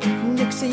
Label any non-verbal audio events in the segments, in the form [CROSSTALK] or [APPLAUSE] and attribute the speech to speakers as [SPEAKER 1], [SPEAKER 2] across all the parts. [SPEAKER 1] Jesse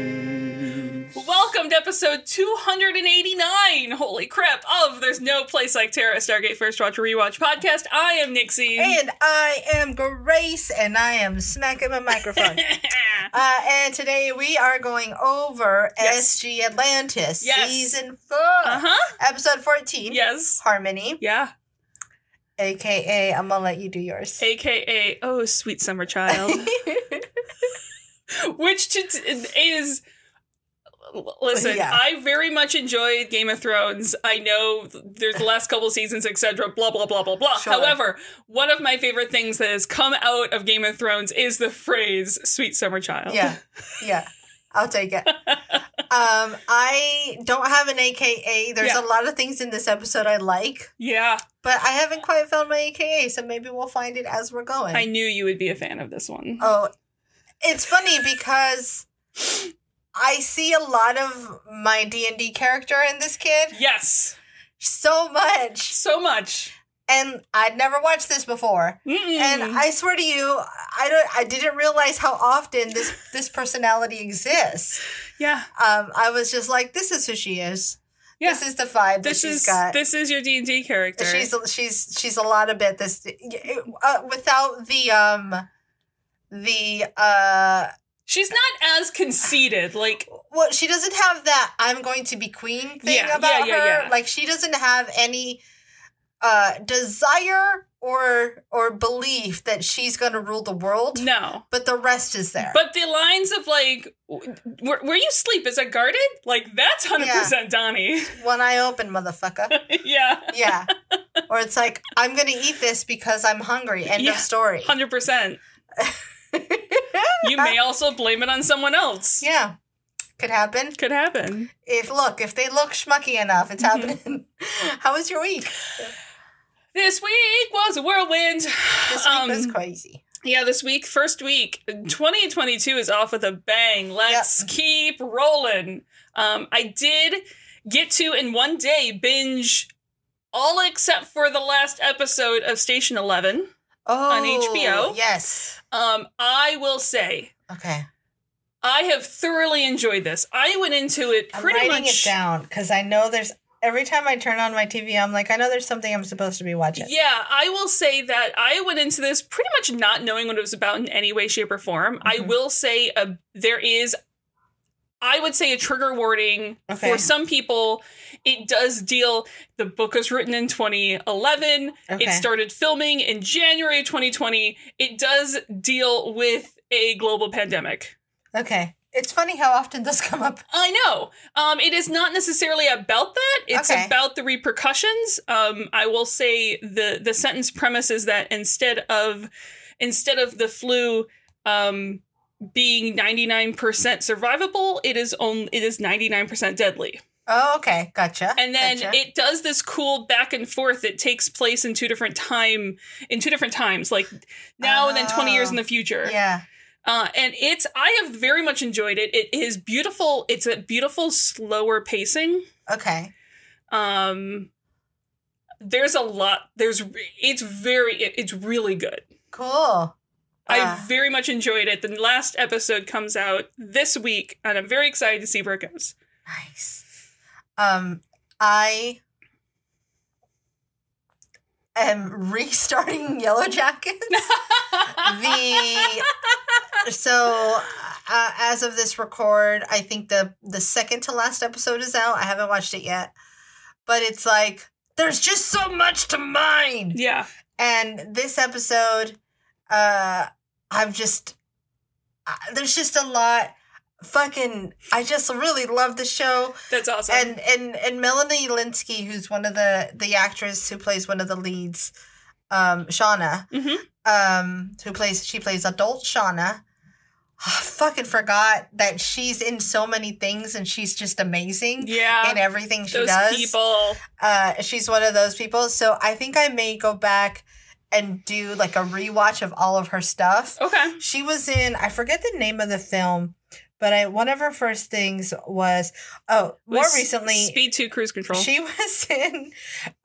[SPEAKER 2] Welcome to episode 289. Holy crap! Of There's No Place Like Terra, Stargate First Watch Rewatch podcast. I am Nixie.
[SPEAKER 3] And I am Grace, and I am smacking
[SPEAKER 2] [LAUGHS]
[SPEAKER 3] my microphone. uh, and today we are going over
[SPEAKER 2] Yes.
[SPEAKER 3] SG Atlantis,
[SPEAKER 2] Yes.
[SPEAKER 3] season 4
[SPEAKER 2] Uh huh.
[SPEAKER 3] episode 14.
[SPEAKER 2] Yes.
[SPEAKER 3] Harmony,
[SPEAKER 2] Yeah.
[SPEAKER 3] aka I'm gonna let you do yours.
[SPEAKER 2] AKA, oh, sweet summer child.
[SPEAKER 3] [LAUGHS]
[SPEAKER 2] Which t- t- is. Listen,
[SPEAKER 3] Yeah.
[SPEAKER 2] I very much enjoyed Game of Thrones. I know th- there's the last couple seasons, etc. Blah blah blah blah blah.
[SPEAKER 3] Sure.
[SPEAKER 2] However, one of my favorite things that has come out of Game of Thrones is the phrase "sweet summer child."
[SPEAKER 3] [LAUGHS] yeah, yeah. I'll
[SPEAKER 2] [LAUGHS]
[SPEAKER 3] take it. Um, I don't have an AKA. There's
[SPEAKER 2] Yeah.
[SPEAKER 3] a lot of things in this episode I like,
[SPEAKER 2] [LAUGHS] yeah.
[SPEAKER 3] but I haven't quite found my AKA, so maybe we'll find it as we're going.
[SPEAKER 2] I knew you would be a fan of this one.
[SPEAKER 3] Oh, it's funny because I see a lot of my D and D character in this kid
[SPEAKER 2] Yes,
[SPEAKER 3] so much,
[SPEAKER 2] so much.
[SPEAKER 3] and I'd never watched this before.
[SPEAKER 2] Mm-mm.
[SPEAKER 3] And I swear to you, I don't. I didn't realize how often this this personality exists.
[SPEAKER 2] yeah,
[SPEAKER 3] Um, I was just like, this is who she is.
[SPEAKER 2] yeah.
[SPEAKER 3] This is the vibe that
[SPEAKER 2] This
[SPEAKER 3] she's
[SPEAKER 2] is
[SPEAKER 3] got.
[SPEAKER 2] this is your D and D character.
[SPEAKER 3] She's she's she's a lot of bit this uh, without the um the uh
[SPEAKER 2] She's not as conceited. Like
[SPEAKER 3] well, she doesn't have that I'm going to be queen thing
[SPEAKER 2] Yeah, yeah,
[SPEAKER 3] about
[SPEAKER 2] yeah,
[SPEAKER 3] her.
[SPEAKER 2] yeah.
[SPEAKER 3] Like she doesn't have any uh desire or or belief that she's going to rule the world,
[SPEAKER 2] no,
[SPEAKER 3] but the rest is there.
[SPEAKER 2] but the lines of like, w- where, where you sleep is that guarded? Like that's hundred percent Donnie. [LAUGHS]
[SPEAKER 3] One eye open, motherfucker.
[SPEAKER 2] yeah,
[SPEAKER 3] yeah. Or it's like I'm going to eat this because I'm hungry. End
[SPEAKER 2] Yeah.
[SPEAKER 3] of story.
[SPEAKER 2] hundred percent.
[SPEAKER 3] [LAUGHS]
[SPEAKER 2] You may also blame it on someone else.
[SPEAKER 3] yeah. Could happen.
[SPEAKER 2] Could happen.
[SPEAKER 3] If look, if they look schmucky enough, it's
[SPEAKER 2] Mm-hmm.
[SPEAKER 3] happening. [LAUGHS] How was your week?
[SPEAKER 2] This week was a whirlwind.
[SPEAKER 3] This week
[SPEAKER 2] Um,
[SPEAKER 3] was crazy.
[SPEAKER 2] Yeah, this week, first week, 2022 is off with a bang. Let's keep rolling. Um, I did get to in one day binge all except for the last episode of Station 11.
[SPEAKER 3] Oh,
[SPEAKER 2] HBO?
[SPEAKER 3] Yes.
[SPEAKER 2] Um, I will say
[SPEAKER 3] Okay.
[SPEAKER 2] I have thoroughly enjoyed this. I went into it
[SPEAKER 3] I'm
[SPEAKER 2] pretty
[SPEAKER 3] writing
[SPEAKER 2] much
[SPEAKER 3] it down because I know there's every time I turn on my TV, I'm like, I know there's something I'm supposed to be watching.
[SPEAKER 2] Yeah, I will say that I went into this pretty much not knowing what it was about in any way, shape, or form. I
[SPEAKER 3] Mhm.
[SPEAKER 2] will say uh there is, I would say, a trigger warning
[SPEAKER 3] Okay.
[SPEAKER 2] for some people. It does deal. The book was written in 2011. It
[SPEAKER 3] Okay.
[SPEAKER 2] started filming in January 2020. It does deal with a global pandemic.
[SPEAKER 3] Okay. It's funny how often this come up.
[SPEAKER 2] I know. Um, it is not necessarily about that. It's
[SPEAKER 3] Okay.
[SPEAKER 2] about the repercussions. Um, I will say the the sentence premise is that instead of instead of the flu um, being ninety nine percent survivable, it is only it is ninety nine percent deadly.
[SPEAKER 3] Oh, okay. Gotcha.
[SPEAKER 2] And then
[SPEAKER 3] Gotcha.
[SPEAKER 2] it does this cool back and forth that takes place in two different time in two different times, like now and then twenty years in the future.
[SPEAKER 3] Oh, Yeah.
[SPEAKER 2] Uh, and it's I have very much enjoyed it. It is beautiful. It's a beautiful slower pacing.
[SPEAKER 3] Okay.
[SPEAKER 2] Um, there's a lot. There's it's very it, it's really good.
[SPEAKER 3] Cool.
[SPEAKER 2] I
[SPEAKER 3] Ah.
[SPEAKER 2] very much enjoyed it. The last episode comes out this week, and I'm very excited to see where it goes.
[SPEAKER 3] Nice. Um, I am [LAUGHS] restarting Yellow Jackets. the so uh, as of this record, I think the the second to last episode is out. I haven't watched it yet, but it's like there's just so much to mine.
[SPEAKER 2] [LAUGHS] Yeah,
[SPEAKER 3] And this episode, uh, I've just uh, there's just a lot. Fucking, I just really love the show
[SPEAKER 2] that's awesome.
[SPEAKER 3] and and and Melanie Linsky, who's one of the the actress who plays one of the leads, um, Shauna,
[SPEAKER 2] Mhm.
[SPEAKER 3] um, who plays she plays adult Shauna. [SIGHS] I fucking forgot that she's in so many things and she's just amazing
[SPEAKER 2] Yeah.
[SPEAKER 3] in everything she
[SPEAKER 2] Those
[SPEAKER 3] does.
[SPEAKER 2] people.
[SPEAKER 3] Uh, she's one of those people. So I think I may go back and do like a rewatch of all of her stuff.
[SPEAKER 2] Okay.
[SPEAKER 3] She was in, I forget the name of the film, but I, one of her first things was, oh, more
[SPEAKER 2] Was
[SPEAKER 3] recently.
[SPEAKER 2] Speed 2 Cruise Control.
[SPEAKER 3] She [LAUGHS] was in,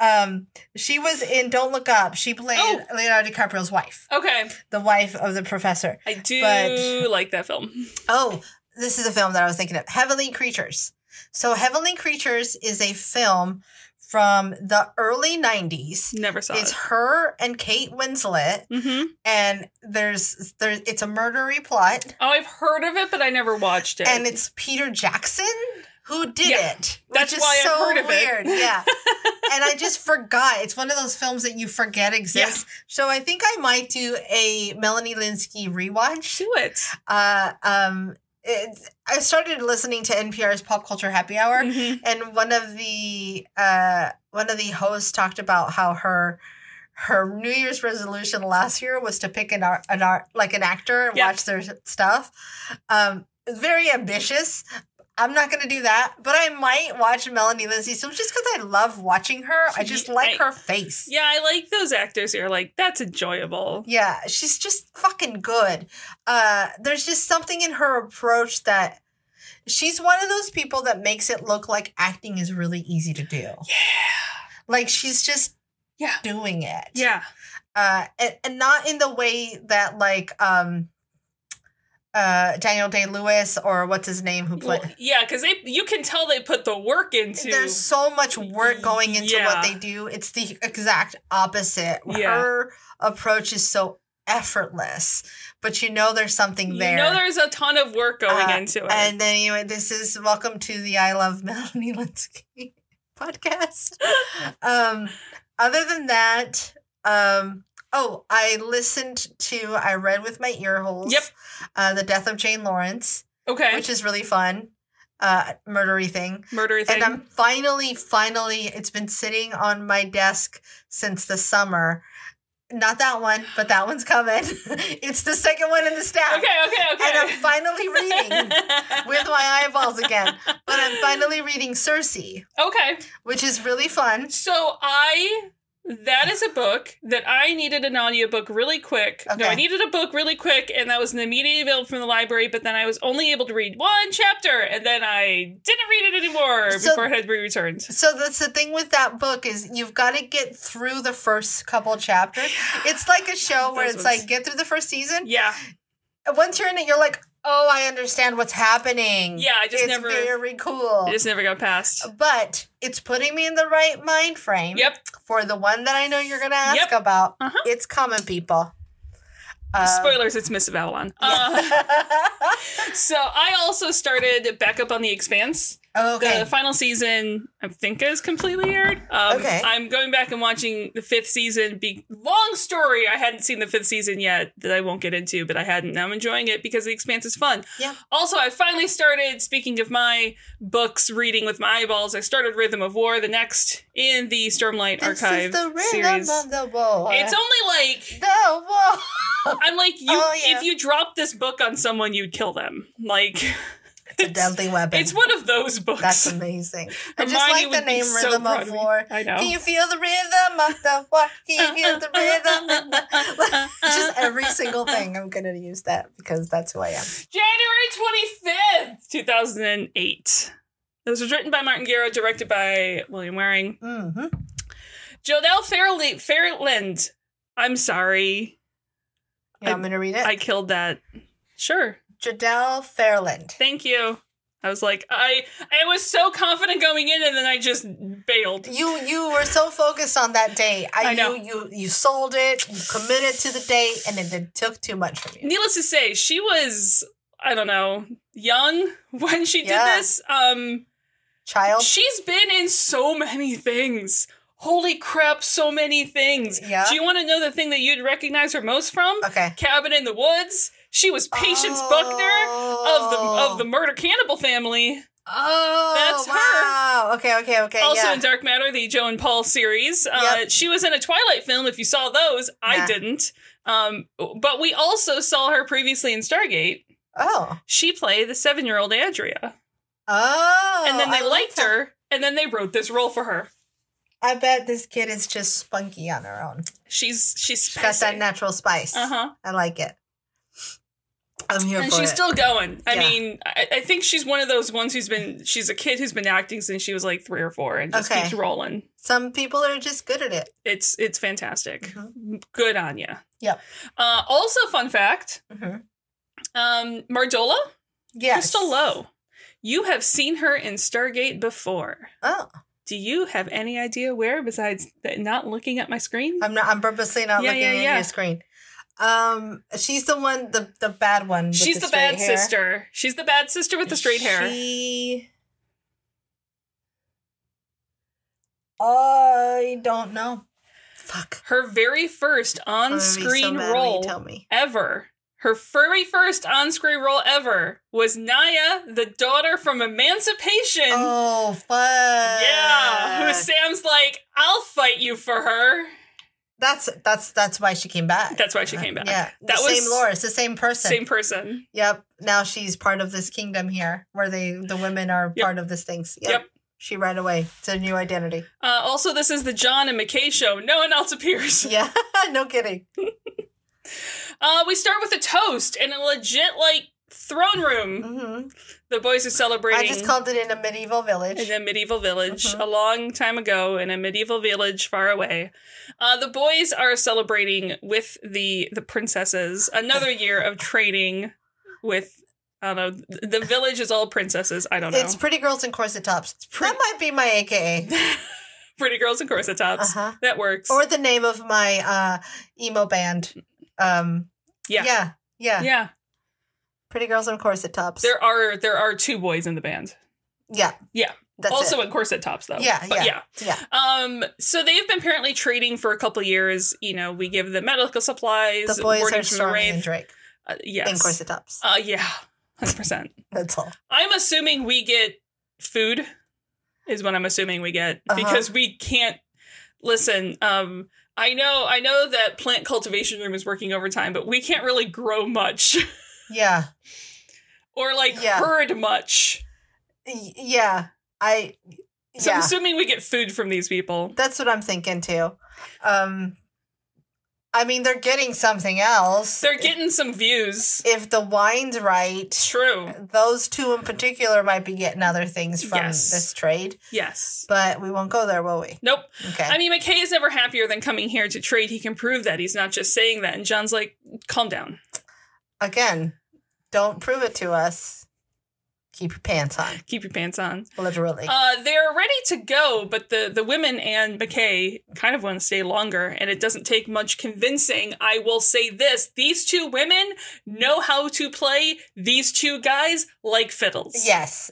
[SPEAKER 3] um, she was in Don't Look Up. She played
[SPEAKER 2] Oh.
[SPEAKER 3] Leonardo DiCaprio's wife,
[SPEAKER 2] okay.
[SPEAKER 3] the wife of the professor.
[SPEAKER 2] I do
[SPEAKER 3] But-
[SPEAKER 2] like that film.
[SPEAKER 3] Oh, this is a film that I was thinking of. Heavenly Creatures. So Heavenly Creatures is a film from the early 90s.
[SPEAKER 2] Never saw
[SPEAKER 3] It's
[SPEAKER 2] it.
[SPEAKER 3] her and Kate Winslet
[SPEAKER 2] hmm
[SPEAKER 3] and there's there it's a murdery plot
[SPEAKER 2] Oh, I've heard of it, but I never watched it.
[SPEAKER 3] and it's Peter Jackson who did
[SPEAKER 2] Yeah.
[SPEAKER 3] it.
[SPEAKER 2] That's
[SPEAKER 3] which is
[SPEAKER 2] why I've
[SPEAKER 3] so
[SPEAKER 2] heard of it. [LAUGHS]
[SPEAKER 3] weird. Yeah. and I just forgot. It's one of those films that you forget exists. So I think I might do a Melanie Linsky rewatch.
[SPEAKER 2] do it.
[SPEAKER 3] Uh, um, it, I started listening to NPR's Pop Culture Happy Hour, [LAUGHS]
[SPEAKER 2] Mhm.
[SPEAKER 3] and one of the uh, one of the hosts talked about how her her New Year's resolution last year was to pick an art, an art like an actor and
[SPEAKER 2] Yeah.
[SPEAKER 3] watch their stuff. Um, very ambitious. I'm not going to do that, but I might watch Melanie Lindsay. So just because I love watching her, I just
[SPEAKER 2] She-
[SPEAKER 3] like
[SPEAKER 2] I-
[SPEAKER 3] her face.
[SPEAKER 2] Yeah, I like those actors who are like, that's enjoyable.
[SPEAKER 3] Yeah, she's just fucking good. Uh, there's just something in her approach that she's one of those people that makes it look like acting is really easy to do. Like she's just
[SPEAKER 2] Yeah.
[SPEAKER 3] doing it.
[SPEAKER 2] Yeah.
[SPEAKER 3] Uh, and, and not in the way that like um, uh, Daniel Day Lewis or what's his name who
[SPEAKER 2] Well,
[SPEAKER 3] played.
[SPEAKER 2] yeah, because they you can tell they put the work into
[SPEAKER 3] There's so much work going into
[SPEAKER 2] Yeah.
[SPEAKER 3] what they do. It's the exact opposite.
[SPEAKER 2] Yeah.
[SPEAKER 3] Her approach is so effortless, but you know there's something
[SPEAKER 2] you
[SPEAKER 3] there.
[SPEAKER 2] know there's a ton of work going
[SPEAKER 3] Uh,
[SPEAKER 2] into it.
[SPEAKER 3] And then anyway, this is welcome to the I Love Melanie [LAUGHS] Linsky podcast.
[SPEAKER 2] [LAUGHS]
[SPEAKER 3] um, other than that, um, oh, I listened to I read with my ear holes.
[SPEAKER 2] Yep.
[SPEAKER 3] Uh, the death of Jane Lawrence,
[SPEAKER 2] okay.
[SPEAKER 3] which is really fun. Uh, murdery thing.
[SPEAKER 2] Murder thing.
[SPEAKER 3] And I'm finally, finally, it's been sitting on my desk since the summer. Not that one, but that one's coming. [LAUGHS] it's the second one in the stack.
[SPEAKER 2] okay, okay, okay.
[SPEAKER 3] And I'm
[SPEAKER 2] [LAUGHS]
[SPEAKER 3] finally reading with my eyeballs again. But I'm finally reading Circe,
[SPEAKER 2] okay.
[SPEAKER 3] which is really fun.
[SPEAKER 2] So I that is a book that I needed an audiobook really quick. No,
[SPEAKER 3] Okay.
[SPEAKER 2] I needed a book really quick, and that was an immediate avail from the library, but then I was only able to read one chapter, and then I didn't read it anymore
[SPEAKER 3] So-
[SPEAKER 2] before it had to be returned.
[SPEAKER 3] So that's the thing with that book is you've got to get through the first couple chapters. It's like a show where
[SPEAKER 2] Those
[SPEAKER 3] it's
[SPEAKER 2] ones.
[SPEAKER 3] like get through the first season.
[SPEAKER 2] Yeah.
[SPEAKER 3] Once you're in it, you're like, oh, I understand what's happening.
[SPEAKER 2] Yeah, I just
[SPEAKER 3] it's
[SPEAKER 2] never-
[SPEAKER 3] very cool.
[SPEAKER 2] It just never got past.
[SPEAKER 3] But it's putting me in the right mind frame
[SPEAKER 2] Yep.
[SPEAKER 3] for the one that I know you're going to ask
[SPEAKER 2] Yep.
[SPEAKER 3] about.
[SPEAKER 2] Uh-huh.
[SPEAKER 3] It's common people. Um, [LAUGHS]
[SPEAKER 2] Spoilers, it's Miss Avalon. Uh, [LAUGHS] so I also started back up on The Expanse.
[SPEAKER 3] okay.
[SPEAKER 2] The final season, I think, is completely aired. Um,
[SPEAKER 3] Okay.
[SPEAKER 2] I'm going back and watching the fifth season. Be- long story. I hadn't seen the fifth season yet that I won't get into, but I hadn't. Now I'm enjoying it because The Expanse is fun.
[SPEAKER 3] Yeah.
[SPEAKER 2] Also, I finally started, speaking of my books reading with my eyeballs, I started Rhythm of War, the next in the Stormlight
[SPEAKER 3] This
[SPEAKER 2] Archive
[SPEAKER 3] is the rhythm
[SPEAKER 2] series.
[SPEAKER 3] of the war.
[SPEAKER 2] it's only like
[SPEAKER 3] the war.
[SPEAKER 2] I'm like you.
[SPEAKER 3] Oh, yeah.
[SPEAKER 2] If you dropped this book on someone, you'd kill them. Like
[SPEAKER 3] It's a deadly weapon.
[SPEAKER 2] [LAUGHS] it's one of those books.
[SPEAKER 3] [LAUGHS] That's amazing. I just
[SPEAKER 2] Hermione
[SPEAKER 3] like
[SPEAKER 2] would
[SPEAKER 3] the
[SPEAKER 2] be
[SPEAKER 3] name
[SPEAKER 2] so
[SPEAKER 3] Rhythm
[SPEAKER 2] proud
[SPEAKER 3] of
[SPEAKER 2] of me. Oh.
[SPEAKER 3] War.
[SPEAKER 2] I know.
[SPEAKER 3] Can you feel the rhythm of the war? Can you
[SPEAKER 2] [LAUGHS]
[SPEAKER 3] feel the rhythm? of the- just every single thing. I'm gonna use that because that's who I am.
[SPEAKER 2] January 25th, 2008. This was written by Martin Garrow, directed by William Waring.
[SPEAKER 3] hmm
[SPEAKER 2] Jodelle Fairle- Fairland. I'm sorry.
[SPEAKER 3] You want me to read it?
[SPEAKER 2] I killed that. Sure.
[SPEAKER 3] Jadelle Fairland.
[SPEAKER 2] Thank you. I was like, I I was so confident going in and then I just bailed.
[SPEAKER 3] You you were so focused on that date. I,
[SPEAKER 2] I know.
[SPEAKER 3] You, you you sold it. You committed to the date, and it, it took too much from you.
[SPEAKER 2] needless to say, she was I don't know young [LAUGHS] when she did
[SPEAKER 3] Yeah.
[SPEAKER 2] this. Um,
[SPEAKER 3] Child.
[SPEAKER 2] she's been in so many things. Holy crap, so many things.
[SPEAKER 3] Yeah. Uh.
[SPEAKER 2] Do you want to know the thing that you'd recognize her most from?
[SPEAKER 3] Okay.
[SPEAKER 2] Cabin in the Woods. She was Patience Buckner of the of the murder cannibal family.
[SPEAKER 3] Oh,
[SPEAKER 2] That's her.
[SPEAKER 3] wow. Okay, okay, okay.
[SPEAKER 2] also
[SPEAKER 3] yeah.
[SPEAKER 2] in Dark Matter, the Joe and Paul series. Uh,
[SPEAKER 3] Yep.
[SPEAKER 2] she was in a Twilight film. If you saw those, I
[SPEAKER 3] Nah.
[SPEAKER 2] didn't. Um, but we also saw her previously in Stargate.
[SPEAKER 3] Oh.
[SPEAKER 2] She played the seven year old Andrea.
[SPEAKER 3] Oh.
[SPEAKER 2] and then they
[SPEAKER 3] I like
[SPEAKER 2] liked
[SPEAKER 3] that.
[SPEAKER 2] her, and then they wrote this role for her.
[SPEAKER 3] I bet this kid is just spunky on her own.
[SPEAKER 2] She's she's
[SPEAKER 3] She's got that natural spice.
[SPEAKER 2] Uh huh.
[SPEAKER 3] I like it. I'm here
[SPEAKER 2] And
[SPEAKER 3] for
[SPEAKER 2] she's
[SPEAKER 3] it.
[SPEAKER 2] still going. I
[SPEAKER 3] Yeah.
[SPEAKER 2] mean, I, I think she's one of those ones who's been. She's a kid who's been acting since she was like three or four, and just
[SPEAKER 3] Okay.
[SPEAKER 2] keeps rolling.
[SPEAKER 3] Some people are just good at it. Mm-hmm.
[SPEAKER 2] It's it's fantastic. Good on you.
[SPEAKER 3] Yep.
[SPEAKER 2] Uh, also, fun fact:
[SPEAKER 3] Mm-hmm.
[SPEAKER 2] um, Mardola,
[SPEAKER 3] Yes.
[SPEAKER 2] Crystal Lowe. You have seen her in Stargate before.
[SPEAKER 3] Oh,
[SPEAKER 2] Do you have any idea where besides that not looking at my screen?
[SPEAKER 3] I'm not. I'm purposely not
[SPEAKER 2] Yeah,
[SPEAKER 3] looking
[SPEAKER 2] yeah,
[SPEAKER 3] at
[SPEAKER 2] yeah.
[SPEAKER 3] your screen. Um, she's the one, the the bad one. With
[SPEAKER 2] She's
[SPEAKER 3] the
[SPEAKER 2] the, bad
[SPEAKER 3] straight hair.
[SPEAKER 2] sister. She's the bad sister with the straight hair.
[SPEAKER 3] She. I don't know. Fuck.
[SPEAKER 2] her very first
[SPEAKER 3] I'm gonna Oh, be so
[SPEAKER 2] on-screen
[SPEAKER 3] mad when you
[SPEAKER 2] role
[SPEAKER 3] Tell me.
[SPEAKER 2] ever. Her furry first on-screen role ever was Naya, the daughter from Emancipation.
[SPEAKER 3] Oh fuck.
[SPEAKER 2] Yeah, who Sam's like, I'll fight you for her.
[SPEAKER 3] That's that's that's why she came back.
[SPEAKER 2] That's why she came back.
[SPEAKER 3] Uh-huh. Yeah,
[SPEAKER 2] That
[SPEAKER 3] the
[SPEAKER 2] was-
[SPEAKER 3] same lore. It's the same person.
[SPEAKER 2] Same person.
[SPEAKER 3] Yep. Now she's part of this kingdom here, where they the women are
[SPEAKER 2] Yep.
[SPEAKER 3] part of this things.
[SPEAKER 2] Yep.
[SPEAKER 3] She ran away. It's a new identity. [LAUGHS]
[SPEAKER 2] Uh, also, this is the John and McKay show. No one else appears.
[SPEAKER 3] Yeah. no kidding.
[SPEAKER 2] Uh, we start with a toast in a legit like throne room.
[SPEAKER 3] hmm
[SPEAKER 2] The boys are celebrating.
[SPEAKER 3] I just called it in a medieval village.
[SPEAKER 2] in a medieval village
[SPEAKER 3] Mhm.
[SPEAKER 2] a long time ago in a medieval village far away uh, the boys are celebrating with the the princesses another year of trading with i don't know th- the village is all princesses i don't know
[SPEAKER 3] It's pretty girls in corset tops.
[SPEAKER 2] pre-
[SPEAKER 3] that might be my AKA.
[SPEAKER 2] [LAUGHS] pretty girls in corset tops
[SPEAKER 3] Uh-huh.
[SPEAKER 2] that works
[SPEAKER 3] Or the name of my uh, emo band. Um,
[SPEAKER 2] Yeah.
[SPEAKER 3] yeah. Yeah.
[SPEAKER 2] yeah
[SPEAKER 3] Pretty girls in corset tops.
[SPEAKER 2] there are there are two boys in the band
[SPEAKER 3] yeah.
[SPEAKER 2] Yeah.
[SPEAKER 3] That's
[SPEAKER 2] also
[SPEAKER 3] it.
[SPEAKER 2] in corset tops though
[SPEAKER 3] Yeah,
[SPEAKER 2] but
[SPEAKER 3] yeah.
[SPEAKER 2] yeah
[SPEAKER 3] yeah.
[SPEAKER 2] Um, so they've been apparently trading for a couple years. You know, we give them medical supplies.
[SPEAKER 3] The boys
[SPEAKER 2] warnings
[SPEAKER 3] are
[SPEAKER 2] from
[SPEAKER 3] Stormy
[SPEAKER 2] Wraith.
[SPEAKER 3] and Drake
[SPEAKER 2] Uh, yes.
[SPEAKER 3] in corset tops.
[SPEAKER 2] Uh, yeah, hundred percent.
[SPEAKER 3] That's all.
[SPEAKER 2] [LAUGHS] I'm assuming we get food, is what I'm assuming we get
[SPEAKER 3] Uh-huh.
[SPEAKER 2] because we can't listen. Um, I know, I know that plant cultivation room is working overtime, but we can't really grow much [LAUGHS]
[SPEAKER 3] Yeah.
[SPEAKER 2] or like
[SPEAKER 3] Yeah.
[SPEAKER 2] herd much.
[SPEAKER 3] Y- yeah. I.
[SPEAKER 2] So
[SPEAKER 3] yeah.
[SPEAKER 2] I'm assuming we get food from these people.
[SPEAKER 3] That's what I'm thinking too. Um, I mean, they're getting something else.
[SPEAKER 2] They're getting some views.
[SPEAKER 3] if the wine's
[SPEAKER 2] It's
[SPEAKER 3] right,
[SPEAKER 2] true.
[SPEAKER 3] those two in particular might be getting other things from
[SPEAKER 2] Yes.
[SPEAKER 3] this trade,
[SPEAKER 2] Yes.
[SPEAKER 3] but we won't go there, will we?
[SPEAKER 2] Nope.
[SPEAKER 3] Okay.
[SPEAKER 2] I mean, McKay is never happier than coming here to trade. He can prove that. He's not just saying that. And John's like, calm down.
[SPEAKER 3] Again, don't prove it to us. Keep your pants on,
[SPEAKER 2] Keep your pants on.
[SPEAKER 3] literally.
[SPEAKER 2] Uh, they're ready to go, but the, the women and McKay kind of want to stay longer, and it doesn't take much convincing. I will say this these two women know how to play these two guys like fiddles.
[SPEAKER 3] yes,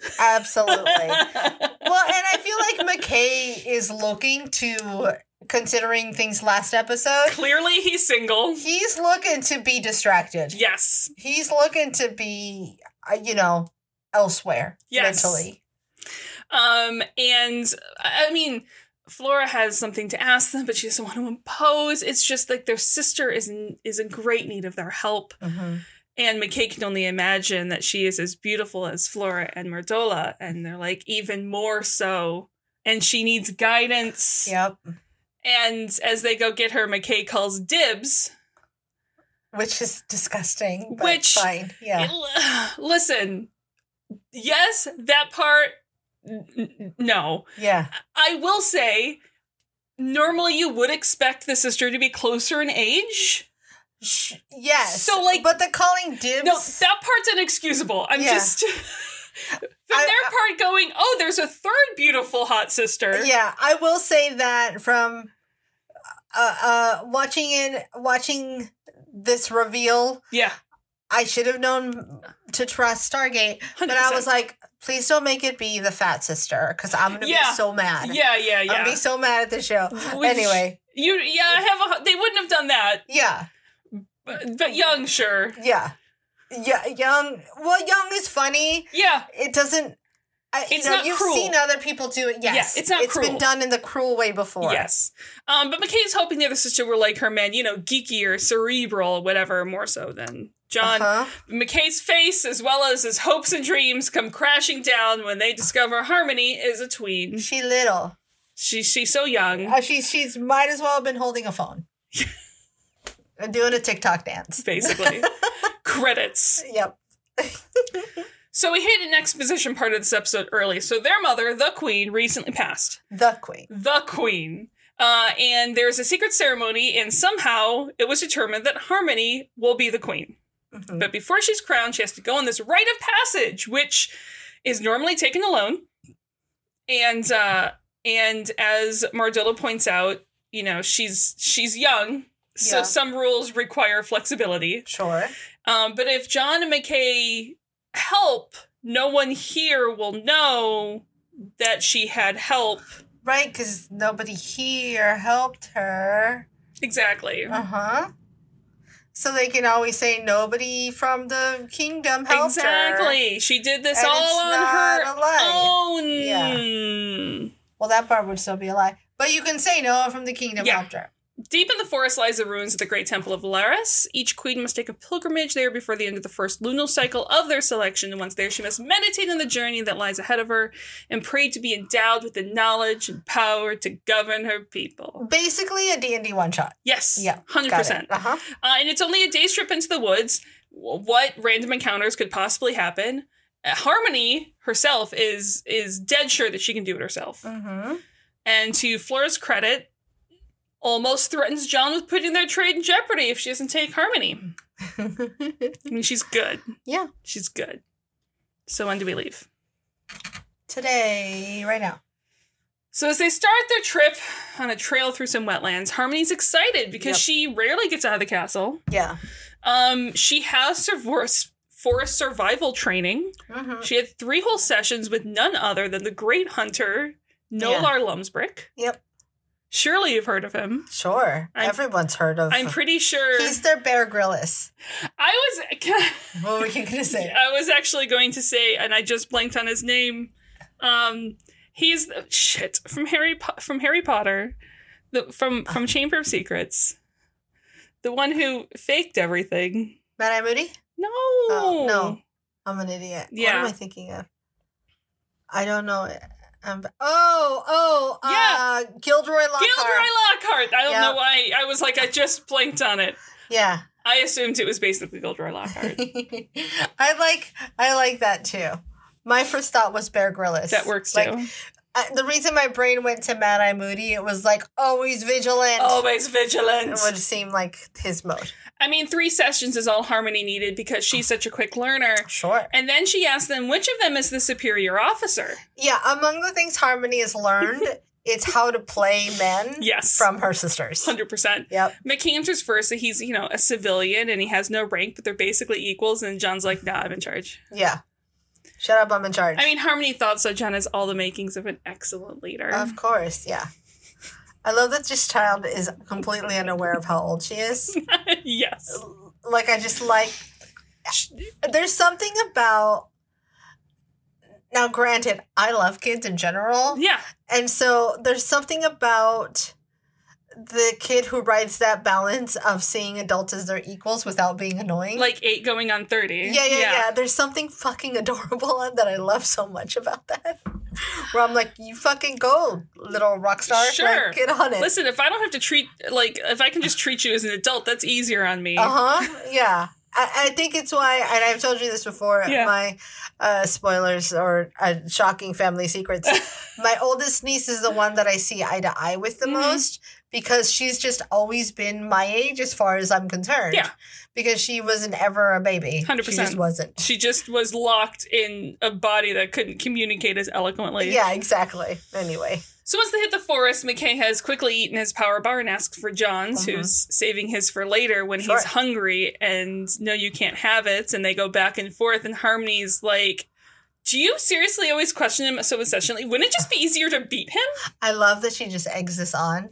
[SPEAKER 2] [LAUGHS]
[SPEAKER 3] absolutely. well, and I feel like McKay is looking to, considering things last episode,
[SPEAKER 2] Clearly, he's single.
[SPEAKER 3] he's looking to be distracted.
[SPEAKER 2] Yes.
[SPEAKER 3] he's looking to be uh, you know elsewhere
[SPEAKER 2] Yes.
[SPEAKER 3] mentally
[SPEAKER 2] Um, and I I mean, Flora has something to ask them, but she doesn't want to impose. It's just like their sister is in, is in great need of their help.
[SPEAKER 3] Mm-hmm.
[SPEAKER 2] And McKay can only imagine that she is as beautiful as Flora and Myrdola, and they're like even more so. And she needs guidance.
[SPEAKER 3] yep
[SPEAKER 2] And as they go get her, McKay calls dibs.
[SPEAKER 3] which is disgusting but
[SPEAKER 2] Which-
[SPEAKER 3] fine yeah
[SPEAKER 2] It- uh, listen, yes, that part, n- n- no.
[SPEAKER 3] yeah
[SPEAKER 2] I will say, normally you would expect the sister to be closer in age.
[SPEAKER 3] Sh- yes
[SPEAKER 2] So, like-
[SPEAKER 3] but the calling dibs
[SPEAKER 2] No, that part's inexcusable. I'm
[SPEAKER 3] Yeah.
[SPEAKER 2] just. [LAUGHS] From
[SPEAKER 3] I-
[SPEAKER 2] their part going, oh, there's a third beautiful hot sister.
[SPEAKER 3] yeah i will say that from uh uh watching it watching this reveal
[SPEAKER 2] Yeah.
[SPEAKER 3] i should have known to trust stargate but i
[SPEAKER 2] 100%.
[SPEAKER 3] was like please don't make it be the fat sister because i'm gonna
[SPEAKER 2] Yeah.
[SPEAKER 3] be so mad
[SPEAKER 2] yeah, yeah,
[SPEAKER 3] i'm gonna
[SPEAKER 2] yeah.
[SPEAKER 3] be so mad at the show
[SPEAKER 2] Which-
[SPEAKER 3] anyway
[SPEAKER 2] You, yeah, I have a. They wouldn't have done that,
[SPEAKER 3] yeah
[SPEAKER 2] but, but young, sure.
[SPEAKER 3] Yeah. Yeah, young. Well, young is funny.
[SPEAKER 2] Yeah,
[SPEAKER 3] It doesn't. I,
[SPEAKER 2] It's
[SPEAKER 3] you know,
[SPEAKER 2] not
[SPEAKER 3] you've
[SPEAKER 2] cruel.
[SPEAKER 3] seen other people do it. Yes,
[SPEAKER 2] it's not
[SPEAKER 3] It's
[SPEAKER 2] cruel.
[SPEAKER 3] been done in the cruel way before.
[SPEAKER 2] Yes. Um, but McKay's hoping the other sister were like her man, you know, geeky or cerebral, whatever, more so than John.
[SPEAKER 3] Uh-huh.
[SPEAKER 2] McKay's face, as well as his hopes and dreams, come crashing down when they discover Harmony is a tween.
[SPEAKER 3] She little.
[SPEAKER 2] She she's so young,
[SPEAKER 3] Uh, she she's might as well have been holding
[SPEAKER 2] [LAUGHS]
[SPEAKER 3] a phone. And doing a TikTok dance. [LAUGHS]
[SPEAKER 2] basically. Credits.
[SPEAKER 3] Yep.
[SPEAKER 2] So we hit an exposition part of this episode early. So their mother, the queen, recently passed.
[SPEAKER 3] The queen.
[SPEAKER 2] The queen. Uh, and there's a secret ceremony, and somehow it was determined that Harmony will be the queen.
[SPEAKER 3] Mhm.
[SPEAKER 2] But before she's crowned, she has to go on this rite of passage, which is normally taken alone. And uh, and as Mardillo points out, you know she's she's young, so
[SPEAKER 3] Yeah.
[SPEAKER 2] some rules require flexibility.
[SPEAKER 3] Sure.
[SPEAKER 2] Um, but if John and McKay help, no one here will know that she had help.
[SPEAKER 3] Right, because nobody here helped her.
[SPEAKER 2] Exactly.
[SPEAKER 3] Uh huh. So they can always say nobody from the kingdom helped her.
[SPEAKER 2] Exactly. She did this
[SPEAKER 3] And it's
[SPEAKER 2] all on
[SPEAKER 3] not a lie.
[SPEAKER 2] her own.
[SPEAKER 3] Well, that part would still be a lie. But you can say no one from the kingdom
[SPEAKER 2] Yeah.
[SPEAKER 3] helped her.
[SPEAKER 2] Deep in the forest lies the ruins of the great temple of Laris. Each queen must take a pilgrimage there before the end of the first lunar cycle of their selection, and once there, she must meditate on the journey that lies ahead of her and pray to be endowed with the knowledge and power to govern her people.
[SPEAKER 3] Basically, a D and D one shot.
[SPEAKER 2] Yes.
[SPEAKER 3] Yeah,
[SPEAKER 2] 100%.
[SPEAKER 3] Uh huh.
[SPEAKER 2] Uh, and it's only a day's trip into the woods. W- What random encounters could possibly happen? Uh, Harmony herself is is dead sure that she can do it herself.
[SPEAKER 3] Mm-hmm.
[SPEAKER 2] And to Flora's credit, almost threatens John with putting their trade in jeopardy if she doesn't take Harmony.
[SPEAKER 3] Mm-hmm.
[SPEAKER 2] I mean, she's good.
[SPEAKER 3] Yeah.
[SPEAKER 2] She's good. So when do we leave?
[SPEAKER 3] [LAUGHS] Today, right now.
[SPEAKER 2] So as they start their trip on a trail through some wetlands, Harmony's excited because
[SPEAKER 3] Yep.
[SPEAKER 2] she rarely gets out of the castle.
[SPEAKER 3] Yeah.
[SPEAKER 2] Um, she has forest forest survival training.
[SPEAKER 3] Mm-hmm.
[SPEAKER 2] She had three whole sessions with none other than the great hunter Nolar Lumsbrick.
[SPEAKER 3] Yep.
[SPEAKER 2] Surely you've heard of him.
[SPEAKER 3] Sure.
[SPEAKER 2] I'm-
[SPEAKER 3] Everyone's heard of. [LAUGHS]
[SPEAKER 2] I'm pretty sure
[SPEAKER 3] He's their Bear Grylls.
[SPEAKER 2] I was [LAUGHS]
[SPEAKER 3] What were you gonna say?
[SPEAKER 2] I was actually going to say and I just blanked on his name. Um he's the, shit from Harry po- from Harry Potter the from
[SPEAKER 3] [LAUGHS]
[SPEAKER 2] from Chamber of Secrets. The one who faked everything.
[SPEAKER 3] Mad Eye Moody.
[SPEAKER 2] No.
[SPEAKER 3] Oh, no. I'm an idiot. What
[SPEAKER 2] Yeah.
[SPEAKER 3] am I thinking of? I don't know. Um, oh, oh, uh, Gilderoy Lockhart.
[SPEAKER 2] Gilderoy Lockhart. I don't
[SPEAKER 3] Yeah.
[SPEAKER 2] know why. I was like, I just blanked on it.
[SPEAKER 3] yeah. [LAUGHS]
[SPEAKER 2] I assumed it was basically Gilderoy Lockhart.
[SPEAKER 3] I like I like that too. My first thought was Bear Grylls.
[SPEAKER 2] that works too.
[SPEAKER 3] Like, I, the reason my brain went to Mad Eye Moody, it was like always vigilant.
[SPEAKER 2] Always
[SPEAKER 3] It
[SPEAKER 2] vigilant.
[SPEAKER 3] would seem like his mode.
[SPEAKER 2] I mean, three sessions is all Harmony needed because she's such a quick learner.
[SPEAKER 3] Sure.
[SPEAKER 2] And then she asked them which of them is the superior officer.
[SPEAKER 3] Yeah, among the things Harmony
[SPEAKER 2] [LAUGHS]
[SPEAKER 3] has learned, it's how to play men
[SPEAKER 2] Yes.
[SPEAKER 3] from her sisters.
[SPEAKER 2] 100%.
[SPEAKER 3] Yep.
[SPEAKER 2] Mickey answers first that he's, you know, a civilian and he has no rank, but they're basically equals. And John's like, nah, I'm in charge.
[SPEAKER 3] Yeah. Shut up, I'm in charge.
[SPEAKER 2] I mean, Harmony thought so. John has all the makings of an excellent leader. [LAUGHS]
[SPEAKER 3] Of course, yeah. I love that this child is completely unaware of how old
[SPEAKER 2] [LAUGHS]
[SPEAKER 3] she is.
[SPEAKER 2] yes.
[SPEAKER 3] Like, I just like. There's something about. Now, granted, I love kids in general.
[SPEAKER 2] Yeah.
[SPEAKER 3] And so there's something about the kid who rides that balance of seeing adults as their equals without being annoying.
[SPEAKER 2] Like eight going on 30.
[SPEAKER 3] yeah, yeah, yeah, There's something fucking adorable that I love so much about that. [LAUGHS] Where I'm like, you fucking go, little rock star.
[SPEAKER 2] Sure.
[SPEAKER 3] Like, get on it.
[SPEAKER 2] Listen, if I don't have to treat like if I can just treat you as an adult, that's easier on me. [LAUGHS]
[SPEAKER 3] Uh huh. Yeah. I, I think it's why, and I've told you this before.
[SPEAKER 2] Yeah.
[SPEAKER 3] My uh, spoilers or uh, shocking
[SPEAKER 2] [LAUGHS]
[SPEAKER 3] family secrets. my oldest niece is the one that I see eye to eye with the
[SPEAKER 2] Mhm.
[SPEAKER 3] most because she's just always been my age as far as I'm concerned.
[SPEAKER 2] Yeah.
[SPEAKER 3] Because she wasn't ever a baby.
[SPEAKER 2] 100%.
[SPEAKER 3] She just wasn't.
[SPEAKER 2] She just was locked in a body that couldn't communicate as eloquently.
[SPEAKER 3] Yeah, exactly. Anyway.
[SPEAKER 2] So once they hit the forest, McKay has quickly eaten his power bar and asks for John's,
[SPEAKER 3] Mhm.
[SPEAKER 2] who's saving his for later when
[SPEAKER 3] Sure.
[SPEAKER 2] he's hungry and no, you can't have it. And they go back and forth, and Harmony's like, Do you seriously always question him so incessantly? Wouldn't it just be easier to beat him? [LAUGHS]
[SPEAKER 3] I love that she just eggs this on.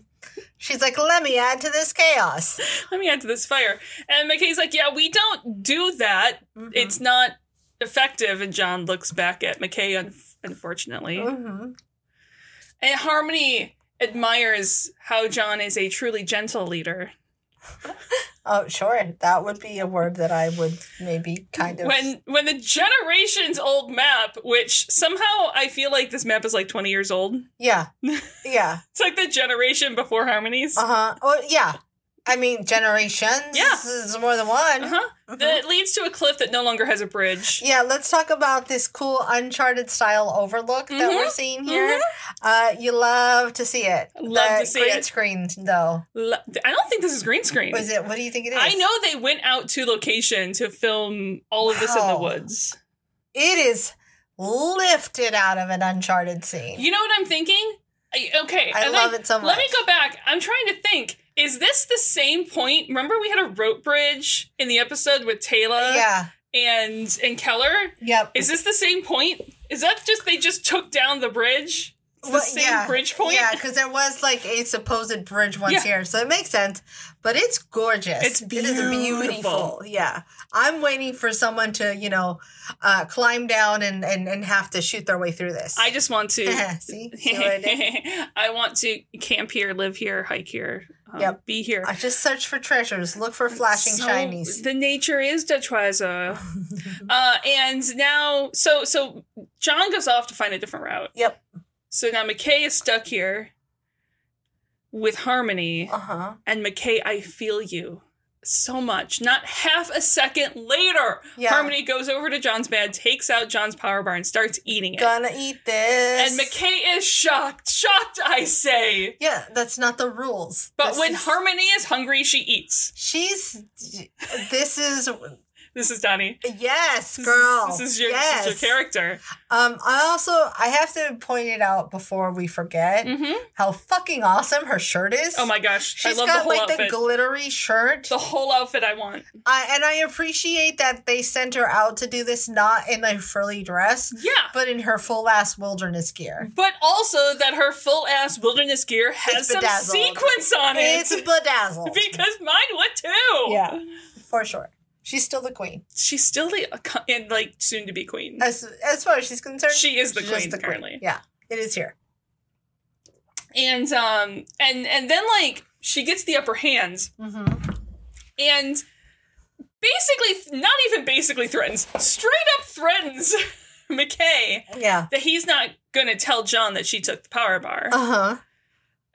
[SPEAKER 3] She's like, let me add to this chaos.
[SPEAKER 2] Let me add to this fire. And McKay's like, Yeah, we
[SPEAKER 3] Mm-hmm.
[SPEAKER 2] don't do that. it's not effective. And John looks back at McKay un- unfortunately.
[SPEAKER 3] Mhm.
[SPEAKER 2] And Harmony admires how John is a truly gentle leader.
[SPEAKER 3] Oh, sure. That would be a word that I would maybe kind of.
[SPEAKER 2] When when the generations old map, which somehow I feel like this map is like 20 years old. [LAUGHS]
[SPEAKER 3] yeah. Yeah.
[SPEAKER 2] It's like the generation before Harmonies.
[SPEAKER 3] Uh huh. Oh, yeah. I mean, generations.
[SPEAKER 2] Yeah.
[SPEAKER 3] Is more than one. Mm-hmm.
[SPEAKER 2] Uh-huh. That leads to a cliff that no longer has a bridge.
[SPEAKER 3] Yeah, let's talk about this cool Uncharted style overlook that
[SPEAKER 2] Mhm,
[SPEAKER 3] we're seeing here. Uh, you love to see it.
[SPEAKER 2] Love
[SPEAKER 3] The
[SPEAKER 2] to see
[SPEAKER 3] green
[SPEAKER 2] it.
[SPEAKER 3] screen, though.
[SPEAKER 2] L- I don't think this is green screen.
[SPEAKER 3] Was it? What do you think it is?
[SPEAKER 2] I know they went out to location to film all of this in the
[SPEAKER 3] Wow.
[SPEAKER 2] woods.
[SPEAKER 3] it is lifted out of an Uncharted scene.
[SPEAKER 2] You know what I'm thinking? I, okay,
[SPEAKER 3] I
[SPEAKER 2] and
[SPEAKER 3] love it so
[SPEAKER 2] Let me
[SPEAKER 3] much.
[SPEAKER 2] go back. I'm trying to think. Is this the same point? Remember, we had a rope bridge in the episode with Taylor
[SPEAKER 3] yeah.
[SPEAKER 2] and and Keller.
[SPEAKER 3] Yep.
[SPEAKER 2] Is this the same point? Is that just they just took down the bridge? It's the
[SPEAKER 3] Well,
[SPEAKER 2] same bridge point.
[SPEAKER 3] Yeah, because there was like a supposed bridge once
[SPEAKER 2] Yeah.
[SPEAKER 3] here, so it makes sense. But it's gorgeous.
[SPEAKER 2] It's
[SPEAKER 3] It is
[SPEAKER 2] beautiful.
[SPEAKER 3] beautiful. Yeah, I'm waiting for someone to you know uh, climb down and, and and have to shoot their way through this.
[SPEAKER 2] I
[SPEAKER 3] [LAUGHS]
[SPEAKER 2] just want to.
[SPEAKER 3] see, see what
[SPEAKER 2] [LAUGHS]
[SPEAKER 3] I did?
[SPEAKER 2] I, want to camp here, live here, hike here, um,
[SPEAKER 3] Yep.
[SPEAKER 2] be here.
[SPEAKER 3] I just search for treasures, look for flashing
[SPEAKER 2] So,
[SPEAKER 3] shinies.
[SPEAKER 2] The nature is the
[SPEAKER 3] [LAUGHS]
[SPEAKER 2] treasure. uh, and now, so so John goes off to find a different route.
[SPEAKER 3] Yep.
[SPEAKER 2] So now McKay is stuck here with Harmony,
[SPEAKER 3] Uh huh.
[SPEAKER 2] and McKay, I feel you so much. Not half a second later,
[SPEAKER 3] Yeah.
[SPEAKER 2] Harmony goes over to John's bed, takes out John's power bar, and starts eating it.
[SPEAKER 3] Gonna eat this.
[SPEAKER 2] And McKay is shocked, shocked, I say.
[SPEAKER 3] Yeah, that's not the rules.
[SPEAKER 2] But
[SPEAKER 3] This
[SPEAKER 2] when
[SPEAKER 3] is-
[SPEAKER 2] Harmony is hungry, she eats.
[SPEAKER 3] she's, this is
[SPEAKER 2] This is Donnie.
[SPEAKER 3] yes,
[SPEAKER 2] This is-
[SPEAKER 3] girl.
[SPEAKER 2] this is your,
[SPEAKER 3] yes.
[SPEAKER 2] this is your character.
[SPEAKER 3] Um, I also I have to point it out before we forget
[SPEAKER 2] hmm
[SPEAKER 3] how fucking awesome her shirt is.
[SPEAKER 2] Oh my gosh,
[SPEAKER 3] She's
[SPEAKER 2] I love the
[SPEAKER 3] got
[SPEAKER 2] whole
[SPEAKER 3] like
[SPEAKER 2] outfit.
[SPEAKER 3] the glittery shirt,
[SPEAKER 2] the whole outfit I want.
[SPEAKER 3] I, and I appreciate that they sent her out to do this not in a frilly dress,
[SPEAKER 2] Yeah,
[SPEAKER 3] but in her full ass wilderness gear.
[SPEAKER 2] but also that her full ass wilderness gear has
[SPEAKER 3] It's
[SPEAKER 2] some
[SPEAKER 3] bedazzled.
[SPEAKER 2] sequence on [LAUGHS] it.
[SPEAKER 3] It's bedazzled
[SPEAKER 2] because mine would too.
[SPEAKER 3] Yeah. for sure. She's still the queen
[SPEAKER 2] she's still the uh, co- and like soon to be queen.
[SPEAKER 3] as as far as she's concerned.
[SPEAKER 2] She is the
[SPEAKER 3] she's
[SPEAKER 2] queen currently.
[SPEAKER 3] Yeah, it is here.
[SPEAKER 2] And um and and then like she gets the upper hand
[SPEAKER 3] Mm-hmm.
[SPEAKER 2] and basically not even basically threatens straight up threatens [LAUGHS] McKay
[SPEAKER 3] Yeah.
[SPEAKER 2] that he's not gonna tell John that she took the power bar.
[SPEAKER 3] Uh huh.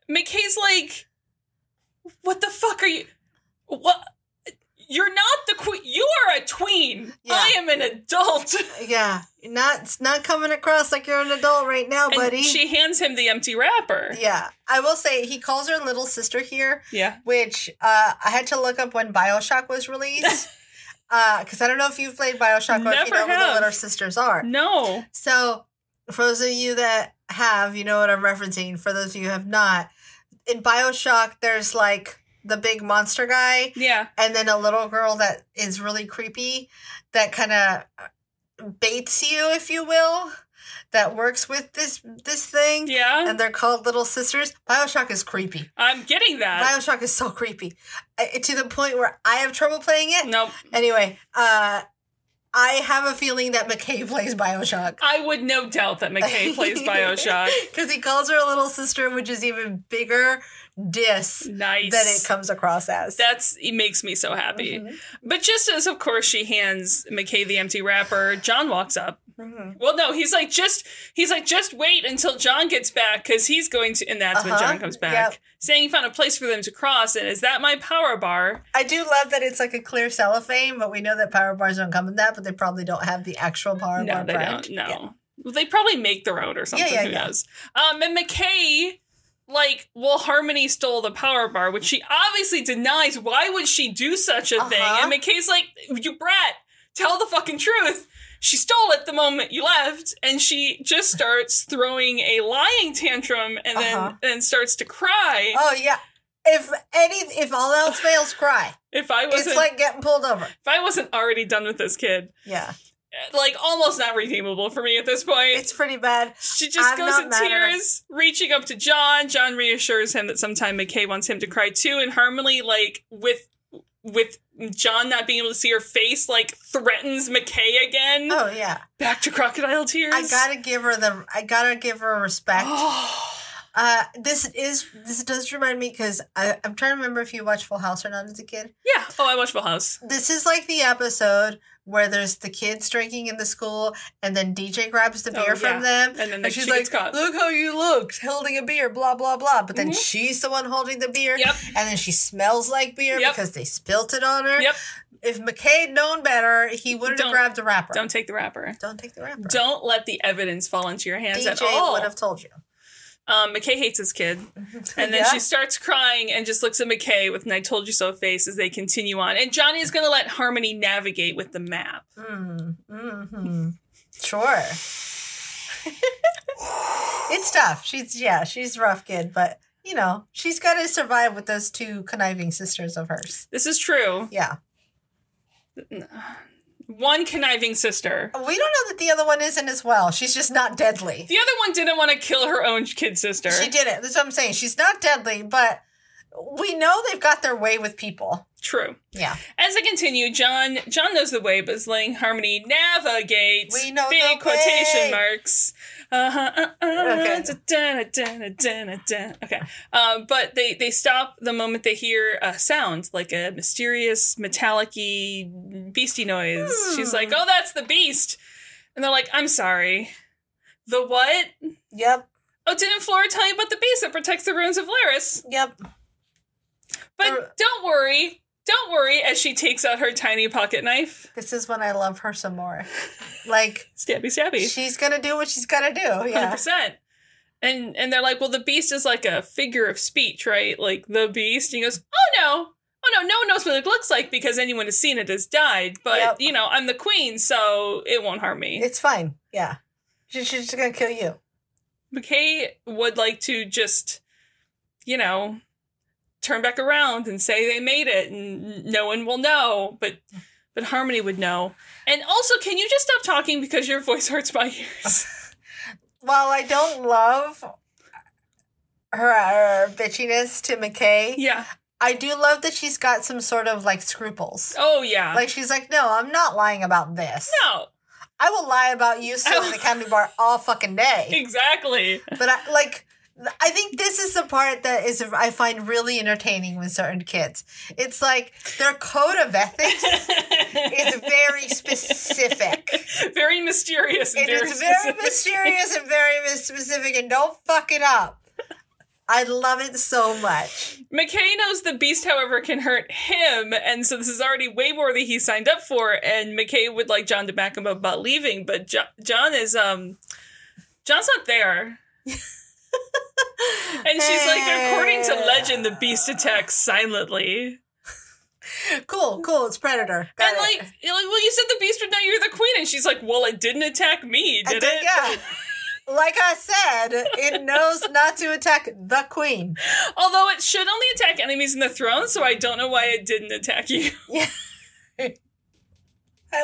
[SPEAKER 2] McKay's like, "What the fuck are you? What? You're not the queen. You are a tween.
[SPEAKER 3] Yeah.
[SPEAKER 2] I am an adult."
[SPEAKER 3] Yeah. Not not coming across like you're an adult right now, Oh, buddy.
[SPEAKER 2] And she hands him the empty wrapper. [LAUGHS]
[SPEAKER 3] Yeah, I will say he calls her little sister here,
[SPEAKER 2] Yeah.
[SPEAKER 3] which uh, I had to look up when Bioshock
[SPEAKER 2] [LAUGHS]
[SPEAKER 3] was released because I don't know if you've played Bioshock or if you
[SPEAKER 2] Never
[SPEAKER 3] know who the
[SPEAKER 2] have.
[SPEAKER 3] little sisters are.
[SPEAKER 2] No.
[SPEAKER 3] So, for those of you that have, you know what I'm referencing. For those of you who have not, in Bioshock, there's like the big monster guy,
[SPEAKER 2] Yeah.
[SPEAKER 3] and then a little girl that is really creepy that kind of baits you, if you will, that works with this this thing
[SPEAKER 2] Yeah.
[SPEAKER 3] and they're called little sisters. Bioshock is creepy.
[SPEAKER 2] I'm getting that.
[SPEAKER 3] Bioshock is so creepy I, to the point where I have trouble playing it.
[SPEAKER 2] No.
[SPEAKER 3] Anyway, uh, I have a feeling that McKay plays Bioshock
[SPEAKER 2] I would no doubt that
[SPEAKER 3] [LAUGHS]
[SPEAKER 2] McKay plays Bioshock.
[SPEAKER 3] because he calls her a little sister, which is even bigger diss
[SPEAKER 2] Nice.
[SPEAKER 3] than it comes across as.
[SPEAKER 2] That's it makes me so happy.
[SPEAKER 3] Mhm.
[SPEAKER 2] But just as of course she hands McKay the empty wrapper, John walks up.
[SPEAKER 3] Mhm.
[SPEAKER 2] Well, no, he's like just he's like just wait until John gets back because he's going to, and that's when
[SPEAKER 3] Uh-huh,
[SPEAKER 2] John comes back,
[SPEAKER 3] yep.
[SPEAKER 2] saying he found a place for them to cross. And is that my power bar?
[SPEAKER 3] I do love that it's like a clear cellophane, but we know that power bars don't come in that, but they probably don't have the actual power
[SPEAKER 2] no,
[SPEAKER 3] bar
[SPEAKER 2] they
[SPEAKER 3] brand.
[SPEAKER 2] don't. No,
[SPEAKER 3] Yeah.
[SPEAKER 2] Well, they probably make their own or something.
[SPEAKER 3] yeah,
[SPEAKER 2] Who
[SPEAKER 3] yeah.
[SPEAKER 2] knows? Um, and McKay. Like, well, Harmony stole the power bar, which she obviously denies. Why would she do such a thing?
[SPEAKER 3] Uh-huh.
[SPEAKER 2] And McKay's like, "You brat, tell the fucking truth." She stole it the moment you left, and she just starts throwing a lying tantrum, and then
[SPEAKER 3] Uh-huh.
[SPEAKER 2] and starts to cry.
[SPEAKER 3] Oh yeah. If any, if all else fails, cry.
[SPEAKER 2] If I
[SPEAKER 3] [LAUGHS] It's
[SPEAKER 2] wasn't,
[SPEAKER 3] like getting pulled over.
[SPEAKER 2] if I wasn't already done with this kid,
[SPEAKER 3] Yeah,
[SPEAKER 2] like almost not redeemable for me at this point.
[SPEAKER 3] it's pretty bad.
[SPEAKER 2] she just
[SPEAKER 3] I'm
[SPEAKER 2] goes
[SPEAKER 3] not
[SPEAKER 2] in
[SPEAKER 3] mad at her.
[SPEAKER 2] tears, reaching up to John. John reassures him that sometime McKay wants him to cry too, and Harmony, like with with John not being able to see her face, like threatens McKay again.
[SPEAKER 3] Oh yeah.
[SPEAKER 2] Back to crocodile tears.
[SPEAKER 3] I gotta give her the. I gotta give her respect. Uh, this is this does remind me because I'm trying to remember if you watched Full House or not as a kid.
[SPEAKER 2] [GASPS] yeah. Oh, I watched Full House.
[SPEAKER 3] This is like the episode where there's the kids drinking in the school, and then DJ grabs the
[SPEAKER 2] Oh,
[SPEAKER 3] beer from
[SPEAKER 2] yeah.
[SPEAKER 3] them,
[SPEAKER 2] And then
[SPEAKER 3] and
[SPEAKER 2] like,
[SPEAKER 3] she's
[SPEAKER 2] she
[SPEAKER 3] like,
[SPEAKER 2] gets caught.
[SPEAKER 3] "Look how you look, holding a beer, blah blah blah." But then
[SPEAKER 2] Mhm.
[SPEAKER 3] she's the one holding the beer,
[SPEAKER 2] Yep.
[SPEAKER 3] and then she smells like beer
[SPEAKER 2] Yep.
[SPEAKER 3] because they spilt it on her.
[SPEAKER 2] Yep.
[SPEAKER 3] If McKay had known better, he wouldn't have
[SPEAKER 2] Don't-
[SPEAKER 3] grabbed the wrapper.
[SPEAKER 2] Don't take the wrapper.
[SPEAKER 3] Don't take the wrapper.
[SPEAKER 2] Don't let the evidence fall into your hands at
[SPEAKER 3] DJ
[SPEAKER 2] all.
[SPEAKER 3] would have told you.
[SPEAKER 2] Um, McKay hates his kid. [LAUGHS] And then
[SPEAKER 3] Yeah.
[SPEAKER 2] she starts crying and just looks at McKay with an I told you so face as they continue on. And Johnny is going to let Harmony navigate with the map.
[SPEAKER 3] Mm, hmm Sure. [LAUGHS] it's tough. She's yeah, she's a rough kid, but you know she's got to survive with those two conniving sisters of hers.
[SPEAKER 2] This is true.
[SPEAKER 3] Yeah,
[SPEAKER 2] One conniving sister.
[SPEAKER 3] we don't know that the other one isn't as well. She's just not deadly.
[SPEAKER 2] The other one didn't want to kill her own kid sister.
[SPEAKER 3] She did it. That's what I'm saying. She's not deadly, but we know they've got their way with people.
[SPEAKER 2] True.
[SPEAKER 3] Yeah,
[SPEAKER 2] As they continue, John John knows the way, but is letting Harmony navigate.
[SPEAKER 3] We know
[SPEAKER 2] big
[SPEAKER 3] the
[SPEAKER 2] quotation
[SPEAKER 3] way.
[SPEAKER 2] marks. Uh-huh, uh, uh,
[SPEAKER 3] Okay.
[SPEAKER 2] da, da, da, da, da, da. Okay. Um, but they they stop the moment they hear a sound like a mysterious metallic-y beastie noise.
[SPEAKER 3] Hmm.
[SPEAKER 2] She's like, "Oh, that's the beast," and they're like, "I'm sorry, the what?"
[SPEAKER 3] yep,
[SPEAKER 2] Oh, didn't Flora tell you about the beast that protects the ruins of Laris?
[SPEAKER 3] yep. Or-
[SPEAKER 2] But don't worry, don't worry. As she takes out her tiny pocket knife.
[SPEAKER 3] This is when I love her some more. Like
[SPEAKER 2] stabby stabby
[SPEAKER 3] she's gonna do what she's gonna do. Oh, Yeah,
[SPEAKER 2] 100% and and they're like well the beast is like a figure of speech right like the beast and he goes oh no oh no no one knows what it looks like because anyone has seen it has died but
[SPEAKER 3] Yep.
[SPEAKER 2] you know i'm the queen so it won't harm me
[SPEAKER 3] it's fine. Yeah, she, she's just gonna kill you.
[SPEAKER 2] mckay would like to just you know turn back around and say they made it and no one will know but but harmony would know and also can you just stop talking because your voice hurts my
[SPEAKER 3] [LAUGHS]
[SPEAKER 2] ears
[SPEAKER 3] while I don't love her, her bitchiness to McKay,
[SPEAKER 2] yeah
[SPEAKER 3] I do love that she's got some sort of like scruples.
[SPEAKER 2] oh yeah
[SPEAKER 3] Like she's like, no, I'm not lying about this.
[SPEAKER 2] no
[SPEAKER 3] I will lie about you still
[SPEAKER 2] [LAUGHS]
[SPEAKER 3] in the county bar all fucking day.
[SPEAKER 2] Exactly.
[SPEAKER 3] But I like. th- I think this is the part that is I find really entertaining with certain kids. It's like their code
[SPEAKER 2] [LAUGHS]
[SPEAKER 3] of ethics is very specific.
[SPEAKER 2] very mysterious. And
[SPEAKER 3] It
[SPEAKER 2] very
[SPEAKER 3] is very
[SPEAKER 2] specific.
[SPEAKER 3] mysterious and very mis- specific, and don't fuck it up. I love it so much.
[SPEAKER 2] McKay knows the beast, however, can hurt him, and so this is already way more than he signed up for. And McKay would like John to back him up about leaving, but jo- John is um, John's not
[SPEAKER 3] [LAUGHS]
[SPEAKER 2] there. and she's like, according to legend, the beast attacks silently.
[SPEAKER 3] Cool, cool. It's Predator. Got
[SPEAKER 2] and
[SPEAKER 3] it.
[SPEAKER 2] like, you're like, well, you said the beast would know you're the queen, and she's like, well, it didn't attack me,
[SPEAKER 3] I
[SPEAKER 2] did
[SPEAKER 3] think-
[SPEAKER 2] it?
[SPEAKER 3] yeah. Like I said, it knows not to attack the queen.
[SPEAKER 2] Although it should only attack enemies in the throne, so I don't know why it didn't attack you.
[SPEAKER 3] I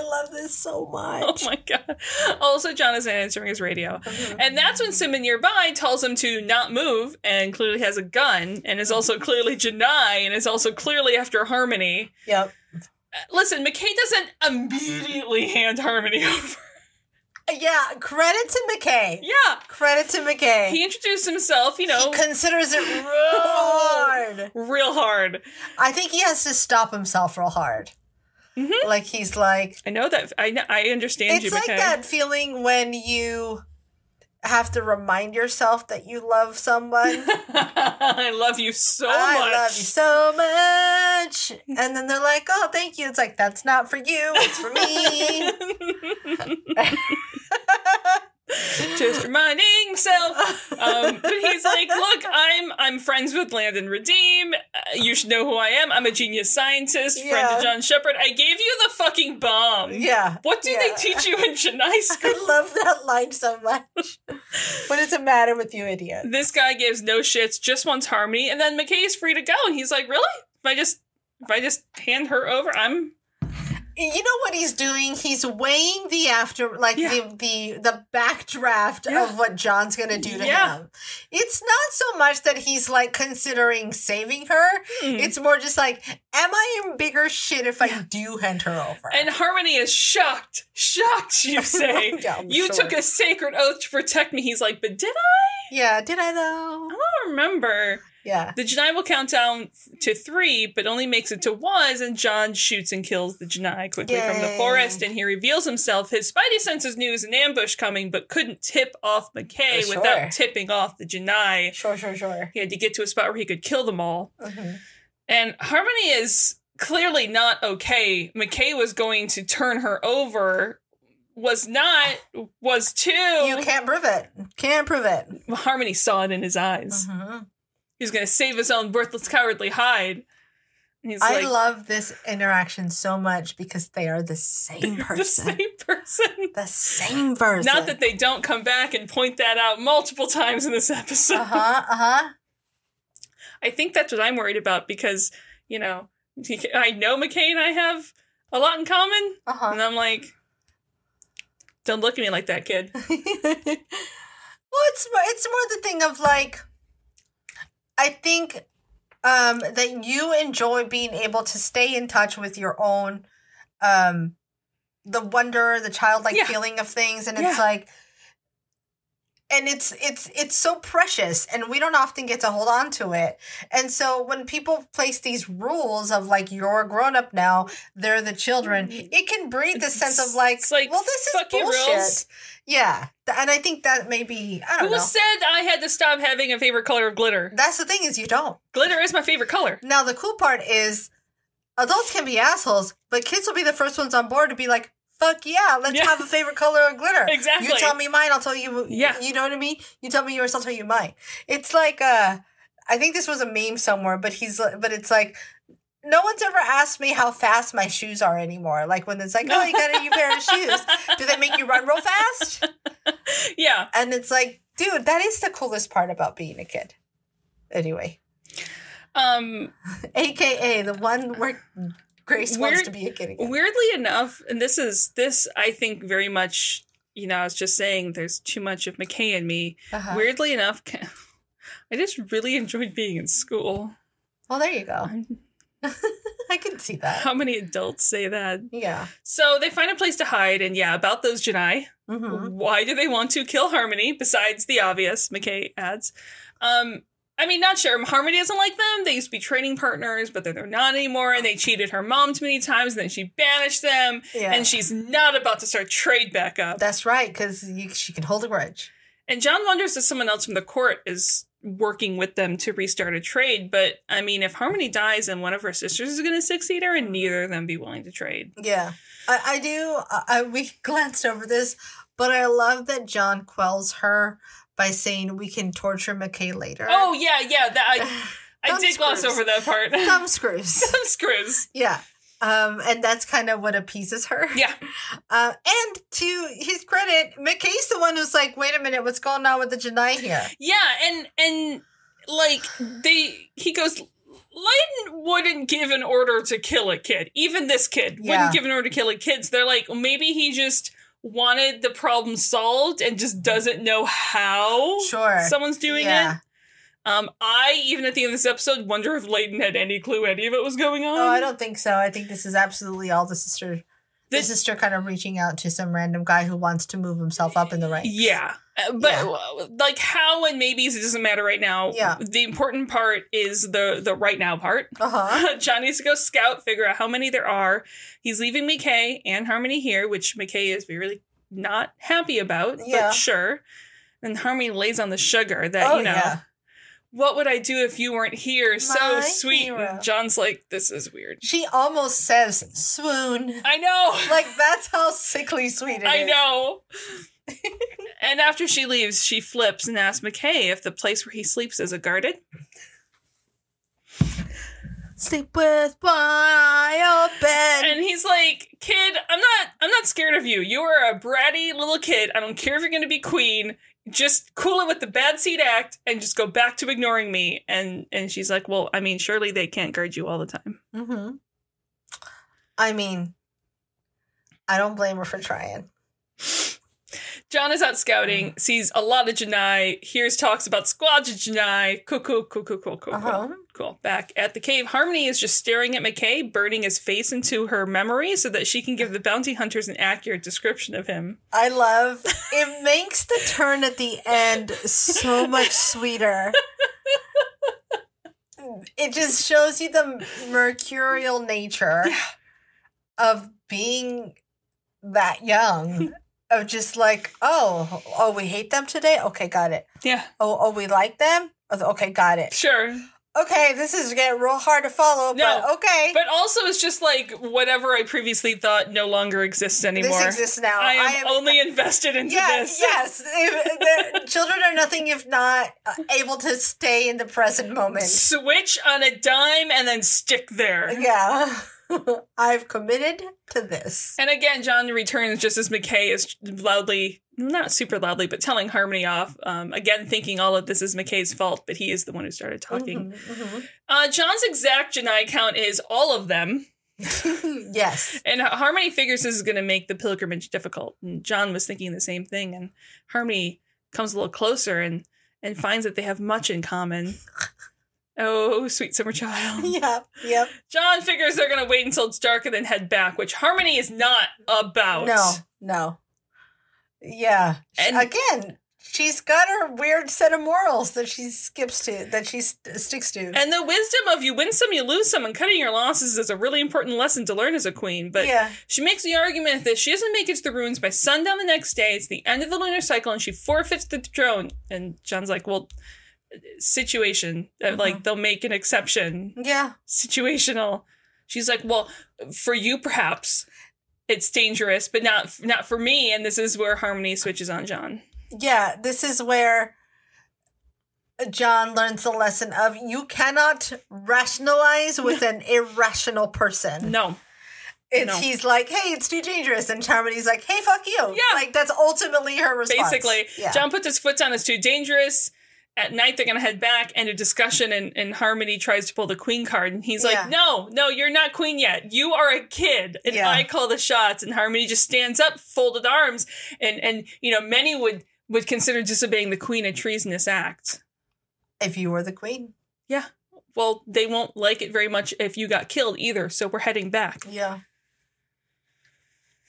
[SPEAKER 3] love this so
[SPEAKER 2] [LAUGHS] oh
[SPEAKER 3] much.
[SPEAKER 2] my god. Also, John isn't answering his radio.
[SPEAKER 3] Mm-hmm.
[SPEAKER 2] And that's when someone nearby tells him to not move and clearly has a gun and is also
[SPEAKER 3] Mm-hmm.
[SPEAKER 2] clearly Janai and is also clearly after Harmony.
[SPEAKER 3] Yep.
[SPEAKER 2] Uh, Listen, McKay doesn't immediately hand Harmony [LAUGHS] over.
[SPEAKER 3] Yeah. Credit to McKay.
[SPEAKER 2] yeah.
[SPEAKER 3] Credit to McKay.
[SPEAKER 2] He introduced himself, you know,
[SPEAKER 3] he
[SPEAKER 2] [LAUGHS]
[SPEAKER 3] considers it real hard.
[SPEAKER 2] real hard.
[SPEAKER 3] I think he has to stop himself real hard.
[SPEAKER 2] Mhm.
[SPEAKER 3] Like he's like,
[SPEAKER 2] I know that. I, know, I understand
[SPEAKER 3] it's
[SPEAKER 2] you,
[SPEAKER 3] like
[SPEAKER 2] McKay.
[SPEAKER 3] that feeling when you have to remind yourself that you
[SPEAKER 2] [LAUGHS]
[SPEAKER 3] love someone.
[SPEAKER 2] [LAUGHS] I love you so
[SPEAKER 3] I
[SPEAKER 2] much.
[SPEAKER 3] love you so much. And then they're like, oh, thank you. It's like, that's not for you, it's for me.
[SPEAKER 2] [LAUGHS] just reminding himself.
[SPEAKER 3] [LAUGHS]
[SPEAKER 2] Um, but he's like, "Look, I'm I'm friends with Landon Redeem. Uh, you should know who I am. I'm a genius scientist, friend
[SPEAKER 3] Yeah.
[SPEAKER 2] to John Shepard. I gave you the fucking bomb.
[SPEAKER 3] yeah. [LAUGHS]
[SPEAKER 2] What do
[SPEAKER 3] Yeah.
[SPEAKER 2] they teach you
[SPEAKER 3] [LAUGHS]
[SPEAKER 2] in Chennai school?
[SPEAKER 3] I love that line so much. what is the matter with you, idiot?
[SPEAKER 2] this guy gives no shits, just wants harmony. And then McKay is free to go, and he's like, "Really? If I just if I just hand her over, I'm
[SPEAKER 3] You know what he's doing? He's weighing the after, like
[SPEAKER 2] Yeah.
[SPEAKER 3] the the the backdraft
[SPEAKER 2] Yeah.
[SPEAKER 3] of what John's gonna do to
[SPEAKER 2] Yeah.
[SPEAKER 3] him. It's not so much that he's like considering saving her.
[SPEAKER 2] [LAUGHS] Mm.
[SPEAKER 3] It's more just like, am I in bigger shit if
[SPEAKER 2] Yeah.
[SPEAKER 3] I do hand her over?
[SPEAKER 2] And Harmony is shocked. Shocked,
[SPEAKER 3] [LAUGHS]
[SPEAKER 2] you say.
[SPEAKER 3] Yeah, I'm
[SPEAKER 2] you
[SPEAKER 3] sure.
[SPEAKER 2] took a sacred oath to protect me. He's like, but did I?
[SPEAKER 3] yeah, did I though?
[SPEAKER 2] I don't remember.
[SPEAKER 3] Yeah,
[SPEAKER 2] The Janai will count down to three, but only makes it to one. And John shoots and kills the Janai quickly from the
[SPEAKER 3] Yay.
[SPEAKER 2] forest, and he reveals himself. His Spidey senses knew it was an ambush coming, but couldn't tip off McKay
[SPEAKER 3] Oh, sure.
[SPEAKER 2] without tipping off the Janai.
[SPEAKER 3] sure, sure, sure.
[SPEAKER 2] He had to get to a spot where he could kill them all.
[SPEAKER 3] Mhm.
[SPEAKER 2] And Harmony is clearly not okay. McKay was going to turn her over, was not, was too.
[SPEAKER 3] You can't prove it. Can't prove it.
[SPEAKER 2] Harmony saw it in his eyes.
[SPEAKER 3] Mhm.
[SPEAKER 2] He was going to save his own worthless, cowardly hide. And he's
[SPEAKER 3] I
[SPEAKER 2] like,
[SPEAKER 3] love this interaction so much because they are the
[SPEAKER 2] [LAUGHS]
[SPEAKER 3] same
[SPEAKER 2] the
[SPEAKER 3] person.
[SPEAKER 2] same person.
[SPEAKER 3] The same person.
[SPEAKER 2] Not that they don't come back and point that out multiple times in this episode.
[SPEAKER 3] Uh huh. Uh huh.
[SPEAKER 2] I think that's what I'm worried about because, you know, I know McKay and I have a lot in common.
[SPEAKER 3] Uh huh.
[SPEAKER 2] And I'm like, don't look at me like that, kid.
[SPEAKER 3] [LAUGHS] well, it's more, it's more the thing of like, I think um, that you enjoy being able to stay in touch with your own, um, the wonder, the childlike
[SPEAKER 2] Yeah.
[SPEAKER 3] feeling of things, and it's
[SPEAKER 2] Yeah.
[SPEAKER 3] like, and it's it's it's so precious, and we don't often get to hold on to it. And so when people place these rules of like you're a grown up now, they're the children, it can breed this sense of like,
[SPEAKER 2] Mm. It's like,
[SPEAKER 3] well, this is
[SPEAKER 2] fuck you,
[SPEAKER 3] bullshit.
[SPEAKER 2] rules.
[SPEAKER 3] Yeah, th- and I think that maybe I
[SPEAKER 2] Who
[SPEAKER 3] don't know.
[SPEAKER 2] said I had to stop having a favorite color of glitter?
[SPEAKER 3] That's the thing is you don't.
[SPEAKER 2] Glitter is my favorite color.
[SPEAKER 3] Now the cool part is adults can be assholes, but kids will be the first ones on board to be like, "Fuck yeah, let's
[SPEAKER 2] Yeah.
[SPEAKER 3] have a favorite color of glitter."
[SPEAKER 2] Exactly.
[SPEAKER 3] You tell me mine, I'll tell you.
[SPEAKER 2] Yeah.
[SPEAKER 3] You know what I mean? You tell me yours, I'll tell you mine. It's like uh, I think this was a meme somewhere, but he's li- but it's like. No one's ever asked me how fast my shoes are anymore. Like when it's like, oh, you got a
[SPEAKER 2] [LAUGHS]
[SPEAKER 3] new pair of shoes. Do they make you run real fast?
[SPEAKER 2] Yeah.
[SPEAKER 3] And it's like, dude, that is the coolest part about being a kid. Anyway, [LAUGHS]
[SPEAKER 2] Um,
[SPEAKER 3] AKA the one where Grace
[SPEAKER 2] Weird-
[SPEAKER 3] wants to be a kid again.
[SPEAKER 2] weirdly enough, and this is this I think very much, you know, I was just saying there's too much of McKay in me.
[SPEAKER 3] Uh-huh.
[SPEAKER 2] Weirdly enough, [LAUGHS] I just really enjoyed being in school.
[SPEAKER 3] Well, there you go. I can see that.
[SPEAKER 2] How many adults say that?
[SPEAKER 3] Yeah.
[SPEAKER 2] So they find a place to hide, and yeah, about those Janai.
[SPEAKER 3] hmm
[SPEAKER 2] Why do they want to kill Harmony besides the obvious? McKay adds. Um, I mean, not sure. Harmony doesn't like them. They used to be training partners, but then they're not anymore. And they cheated her mom too many times, and then she banished them.
[SPEAKER 3] Yeah.
[SPEAKER 2] And she's not about to start trade back up.
[SPEAKER 3] That's right, because she can hold a grudge.
[SPEAKER 2] And John wonders if someone else from the court is working with them to restart a trade. But I mean, if Harmony dies and one of her sisters is going to succeed her, and neither of them be willing to trade.
[SPEAKER 3] Yeah. I, I do. I, I, we [LAUGHS] glanced over this, but I love that John quells her by saying we can torture McKay later. [SIGHS]
[SPEAKER 2] Oh yeah, yeah. That I, I
[SPEAKER 3] Uh, Thumb
[SPEAKER 2] did gloss
[SPEAKER 3] screws.
[SPEAKER 2] over that part.
[SPEAKER 3] thumb screws.
[SPEAKER 2] [LAUGHS] Thumb screws.
[SPEAKER 3] yeah. Um, and that's kind of what appeases her.
[SPEAKER 2] Yeah,
[SPEAKER 3] Uh, and to his credit, McKay's the one who's like, wait a minute, what's going on with the Janai
[SPEAKER 2] [LAUGHS]
[SPEAKER 3] here?
[SPEAKER 2] yeah. And and like they, he goes. Leiden wouldn't give an order to kill a kid. Even this kid
[SPEAKER 3] Yeah.
[SPEAKER 2] wouldn't give an order to kill a kid. So they're like, well, maybe he just wanted the problem solved and just doesn't know how.
[SPEAKER 3] Sure.
[SPEAKER 2] someone's doing
[SPEAKER 3] yeah.
[SPEAKER 2] it. Um, I even at the end of this episode wonder if Layton had any clue any of it was going on.
[SPEAKER 3] Oh, I don't think so. I think this is absolutely all the sister. The
[SPEAKER 2] This-
[SPEAKER 3] sister kind of reaching out to some random guy who wants to move himself up in the ranks.
[SPEAKER 2] Yeah, Uh, but
[SPEAKER 3] Yeah.
[SPEAKER 2] uh, like how and maybes it doesn't matter right now.
[SPEAKER 3] Yeah.
[SPEAKER 2] the important part is the the right now part.
[SPEAKER 3] Uh huh.
[SPEAKER 2] [LAUGHS] John needs to go scout, figure out how many there are. He's leaving McKay and Harmony here, which McKay is really not happy about.
[SPEAKER 3] Yeah.
[SPEAKER 2] but sure. And Harmony lays on the sugar that
[SPEAKER 3] Oh,
[SPEAKER 2] you know.
[SPEAKER 3] yeah.
[SPEAKER 2] What would I do if you weren't here? so
[SPEAKER 3] My
[SPEAKER 2] sweet. And
[SPEAKER 3] hero.
[SPEAKER 2] John's like, this is weird.
[SPEAKER 3] She almost says swoon.
[SPEAKER 2] I know.
[SPEAKER 3] Like that's how sickly sweet it is.
[SPEAKER 2] I
[SPEAKER 3] [LAUGHS]
[SPEAKER 2] know. and after she leaves, she flips and asks McKay if the place where he sleeps is a garden.
[SPEAKER 3] Sleep with my open.
[SPEAKER 2] And he's like, "Kid, I'm not I'm not scared of you. You are a bratty little kid. I don't care if you're going to be queen. Just cool it with the bad seed act and just go back to ignoring me." And and she's like, "Well, I mean, surely they can't guard you all the time."
[SPEAKER 3] Mm-hmm. I mean, I don't blame her for trying.
[SPEAKER 2] John is out
[SPEAKER 3] Mm-hmm.
[SPEAKER 2] scouting, sees a lot of Janai, hears talks about squads of Janai. Cool, cool, cool, cool, cool, cool,
[SPEAKER 3] Uh-huh.
[SPEAKER 2] cool. Cool. Back at the cave, Harmony is just staring at McKay, burning his face into her memory so that she can give the bounty hunters an accurate description of him.
[SPEAKER 3] I love it makes the turn at the end so much sweeter. It just shows you the mercurial nature of being that young. Of just like, oh, oh, we hate them today? Okay, got it.
[SPEAKER 2] Yeah,
[SPEAKER 3] Oh, oh, we like them? Okay, got it.
[SPEAKER 2] sure.
[SPEAKER 3] Okay, this is getting real hard to follow,
[SPEAKER 2] No,
[SPEAKER 3] but okay.
[SPEAKER 2] But also, it's just like whatever I previously thought no longer exists anymore.
[SPEAKER 3] this exists now.
[SPEAKER 2] I am only invested into
[SPEAKER 3] Yeah,
[SPEAKER 2] this.
[SPEAKER 3] Yes, If-
[SPEAKER 2] [LAUGHS]
[SPEAKER 3] the children are nothing if not uh, able to stay in the present moment.
[SPEAKER 2] Switch on a dime and then stick there.
[SPEAKER 3] Yeah, [LAUGHS] I've committed to this.
[SPEAKER 2] And again, John returns just as McKay is loudly, not super loudly, but telling Harmony off. Um, again, thinking all of this is McKay's fault, but he is the one who started talking.
[SPEAKER 3] Mhm,
[SPEAKER 2] Uh, John's exact Janai count is all of them.
[SPEAKER 3] mhm. [LAUGHS] yes,
[SPEAKER 2] [LAUGHS] And Harmony figures this is going to make the pilgrimage difficult. And John was thinking the same thing. And Harmony comes a little closer and, and finds that they have much in common. Oh, sweet summer
[SPEAKER 3] [LAUGHS]
[SPEAKER 2] child.
[SPEAKER 3] yep, yep.
[SPEAKER 2] John figures they're going to wait until it's dark and then head back, which Harmony is not about.
[SPEAKER 3] No, no. Yeah.
[SPEAKER 2] And-
[SPEAKER 3] Again, she's got her weird set of morals that she skips to, that she st- sticks to.
[SPEAKER 2] And the wisdom of you win some, you lose some, and cutting your losses is a really important lesson to learn as a queen. But
[SPEAKER 3] yeah,
[SPEAKER 2] she makes the argument that she doesn't make it to the ruins by sundown the next day. It's the end of the lunar cycle, and she forfeits the throne. And John's like, "Well, situation. uh, Like they'll make an exception.
[SPEAKER 3] yeah.
[SPEAKER 2] Situational." She's like, "Well, for you, perhaps." It's dangerous, but not not for me. And this is where Harmony switches on John.
[SPEAKER 3] yeah, this is where John learns the lesson of you cannot rationalize with an irrational person.
[SPEAKER 2] No,
[SPEAKER 3] it's
[SPEAKER 2] no.
[SPEAKER 3] he's like, hey, it's too dangerous, and Charmony's like, hey, fuck you.
[SPEAKER 2] Yeah.
[SPEAKER 3] like that's ultimately her response.
[SPEAKER 2] basically.
[SPEAKER 3] yeah.
[SPEAKER 2] John puts his foot down. It's too dangerous. At night, they're going to head back. End of discussion. And, and Harmony tries to pull the queen card. And he's like,
[SPEAKER 3] Yeah.
[SPEAKER 2] No, no, you're not queen yet. You are a kid. And
[SPEAKER 3] Yeah.
[SPEAKER 2] I call the shots. And Harmony just stands up, folded arms. And, and you know, many would, would consider disobeying the queen a treasonous act.
[SPEAKER 3] if you were the queen,
[SPEAKER 2] Well, they won't like it very much if you got killed either. So we're heading back.
[SPEAKER 3] yeah.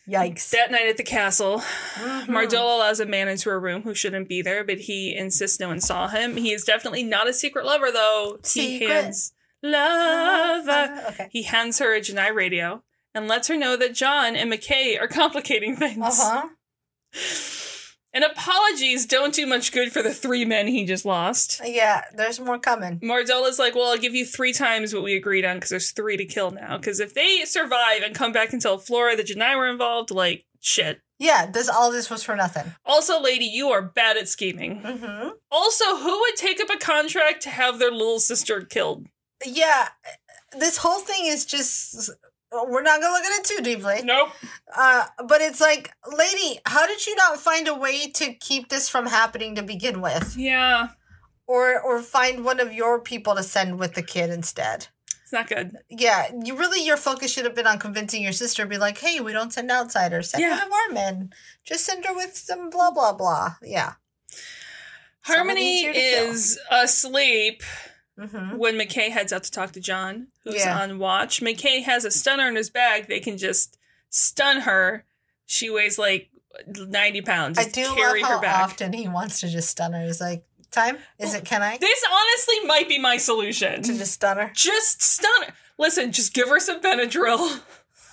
[SPEAKER 3] Yikes!
[SPEAKER 2] That night at the castle,
[SPEAKER 3] Mhm.
[SPEAKER 2] Mardolo allows a man into a room who shouldn't be there, but he insists no one saw him. He is definitely not a secret lover, though. He
[SPEAKER 3] Secret
[SPEAKER 2] hands lover.
[SPEAKER 3] Uh-huh. okay.
[SPEAKER 2] He hands her a Janai radio and lets her know that John and McKay are complicating things.
[SPEAKER 3] Uh huh.
[SPEAKER 2] And apologies don't do much good for the three men he just lost.
[SPEAKER 3] Yeah, there's more coming.
[SPEAKER 2] Mardola's like, well, I'll give you three times what we agreed on because there's three to kill now. Because if they survive and come back and tell Flora that Janai were involved, like, shit.
[SPEAKER 3] Yeah, this all this was for nothing.
[SPEAKER 2] Also, lady, you are bad at scheming.
[SPEAKER 3] Mm-hmm.
[SPEAKER 2] Also, who would take up a contract to have their little sister killed?
[SPEAKER 3] Yeah, this whole thing is just. We're not gonna look at it too deeply.
[SPEAKER 2] Nope.
[SPEAKER 3] Uh, but it's like, lady, how did you not find a way to keep this from happening to begin with,
[SPEAKER 2] Yeah,
[SPEAKER 3] or or find one of your people to send with the kid instead?
[SPEAKER 2] it's not good.
[SPEAKER 3] Yeah, you really your focus should have been on convincing your sister. Be like, hey, we don't send outsiders. Send
[SPEAKER 2] Yeah.
[SPEAKER 3] her to Mormon. Just send her with some blah blah blah. Yeah. Somebody
[SPEAKER 2] Harmony
[SPEAKER 3] easier to kill.
[SPEAKER 2] is asleep
[SPEAKER 3] Mm-hmm.
[SPEAKER 2] when McKay heads out to talk to John, who's
[SPEAKER 3] Yeah.
[SPEAKER 2] on watch. McKay has a stunner in his bag. They can just stun her. She weighs like 90 pounds.
[SPEAKER 3] I
[SPEAKER 2] Just
[SPEAKER 3] do love
[SPEAKER 2] carry
[SPEAKER 3] how
[SPEAKER 2] her back.
[SPEAKER 3] often he wants to just stun her. He's like, time is it? Can I
[SPEAKER 2] This honestly might be my solution.
[SPEAKER 3] to just stun her?
[SPEAKER 2] Just stun her. Listen, just give her some Benadryl.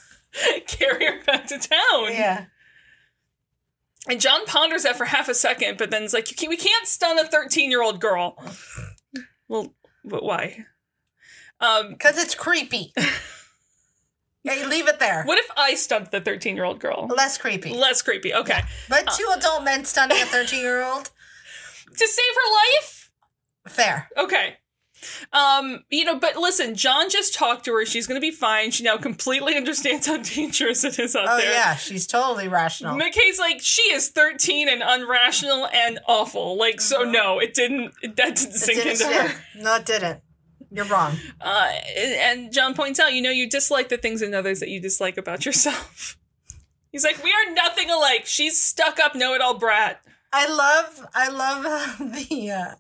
[SPEAKER 2] [LAUGHS] carry her back to town.
[SPEAKER 3] Yeah.
[SPEAKER 2] And John ponders that for half a second, but then it's like, you can't, we can't stun a 13 year old girl. Well, but why? Um,
[SPEAKER 3] Because it's
[SPEAKER 2] [LAUGHS]
[SPEAKER 3] creepy. hey, leave it there.
[SPEAKER 2] what if I stunned the 13 year old girl?
[SPEAKER 3] Less creepy.
[SPEAKER 2] Less creepy. Okay.
[SPEAKER 3] But
[SPEAKER 2] Uh.
[SPEAKER 3] two adult men stunning a 13 year old?
[SPEAKER 2] To save her life? [LAUGHS]
[SPEAKER 3] Fair.
[SPEAKER 2] Okay. Um, you know, but listen, John just talked to her. She's going to be fine. She now completely understands how dangerous it is out
[SPEAKER 3] Oh,
[SPEAKER 2] there.
[SPEAKER 3] yeah, she's totally rational.
[SPEAKER 2] McKay's like, she is 13 and unrational and awful. Like, so no, it didn't, that didn't
[SPEAKER 3] Mm-hmm. It
[SPEAKER 2] sink
[SPEAKER 3] didn't
[SPEAKER 2] into
[SPEAKER 3] stick.
[SPEAKER 2] her.
[SPEAKER 3] No, it didn't. You're wrong.
[SPEAKER 2] Uh, and John points out, you know, you dislike the things in others that you dislike about yourself. [LAUGHS] He's like, we are nothing alike. She's stuck up, know it all brat. [LAUGHS]
[SPEAKER 3] I love I love uh, [LAUGHS] the uh,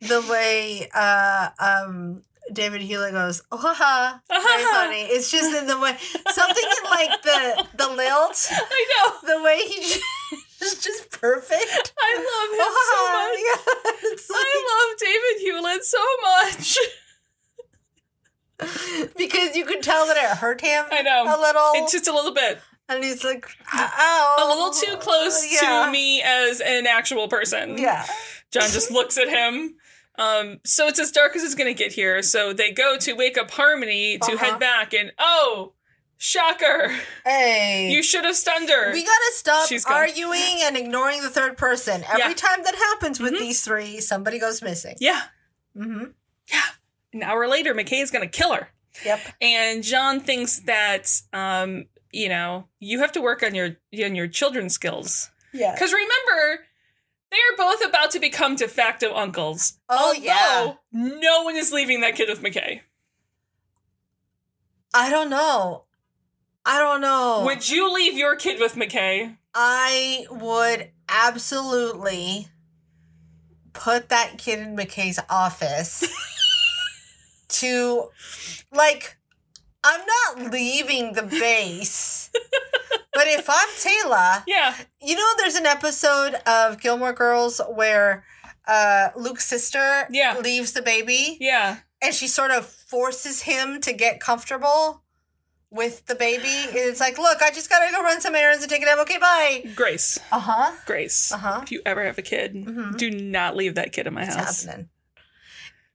[SPEAKER 3] the way uh, um, David Hewlett goes, oh, haha, very funny. It's just in the way something in like the the lilt,
[SPEAKER 2] I know.
[SPEAKER 3] the way he [LAUGHS] just, it's just perfect. Oh,
[SPEAKER 2] I love
[SPEAKER 3] [LAUGHS]
[SPEAKER 2] him so much.
[SPEAKER 3] Yeah, it's
[SPEAKER 2] I love David Hewlett so much. [LAUGHS]
[SPEAKER 3] like- because you could tell that it hurt him.
[SPEAKER 2] I know.
[SPEAKER 3] a little,
[SPEAKER 2] It's just a little bit.
[SPEAKER 3] and he's like, ow,
[SPEAKER 2] A little too close
[SPEAKER 3] Oh, Yeah.
[SPEAKER 2] to me as an actual person.
[SPEAKER 3] Yeah,
[SPEAKER 2] John
[SPEAKER 3] [LAUGHS]
[SPEAKER 2] just looks at him. Um, so it's as dark as it's going to get here. So they go to wake up Harmony to
[SPEAKER 3] Uh-huh.
[SPEAKER 2] head back, and oh, shocker!
[SPEAKER 3] hey,
[SPEAKER 2] You should have stunned her.
[SPEAKER 3] We gotta stop
[SPEAKER 2] She's gone.
[SPEAKER 3] arguing and ignoring the third person. Every
[SPEAKER 2] Yeah.
[SPEAKER 3] time that happens with
[SPEAKER 2] Mhm.
[SPEAKER 3] these three, somebody goes missing.
[SPEAKER 2] yeah.
[SPEAKER 3] hmm
[SPEAKER 2] An hour later, McKay is going to kill her.
[SPEAKER 3] Yep.
[SPEAKER 2] and John thinks that um, you know you have to work on your on your children's skills
[SPEAKER 3] Yeah.
[SPEAKER 2] because remember they are both about to become de facto uncles.
[SPEAKER 3] Oh yeah.
[SPEAKER 2] Although, no one is leaving that kid with McKay.
[SPEAKER 3] I don't know. I don't know.
[SPEAKER 2] Would you leave your kid with McKay?
[SPEAKER 3] I would absolutely put that kid in McKay's office
[SPEAKER 2] [LAUGHS]
[SPEAKER 3] to like I'm not leaving the base. but if I'm Taylor,
[SPEAKER 2] Yeah,
[SPEAKER 3] You know, there's an episode of Gilmore Girls where uh, Luke's sister
[SPEAKER 2] Yeah.
[SPEAKER 3] leaves the baby
[SPEAKER 2] yeah.
[SPEAKER 3] and she sort of forces him to get comfortable with the baby. It's like, look, I just gotta go run some errands and take a nap. Okay, bye.
[SPEAKER 2] Grace,
[SPEAKER 3] Uh huh.
[SPEAKER 2] Grace.
[SPEAKER 3] Uh huh.
[SPEAKER 2] If you ever have a kid,
[SPEAKER 3] Mhm.
[SPEAKER 2] do not leave that kid in my
[SPEAKER 3] It's
[SPEAKER 2] house.
[SPEAKER 3] happening.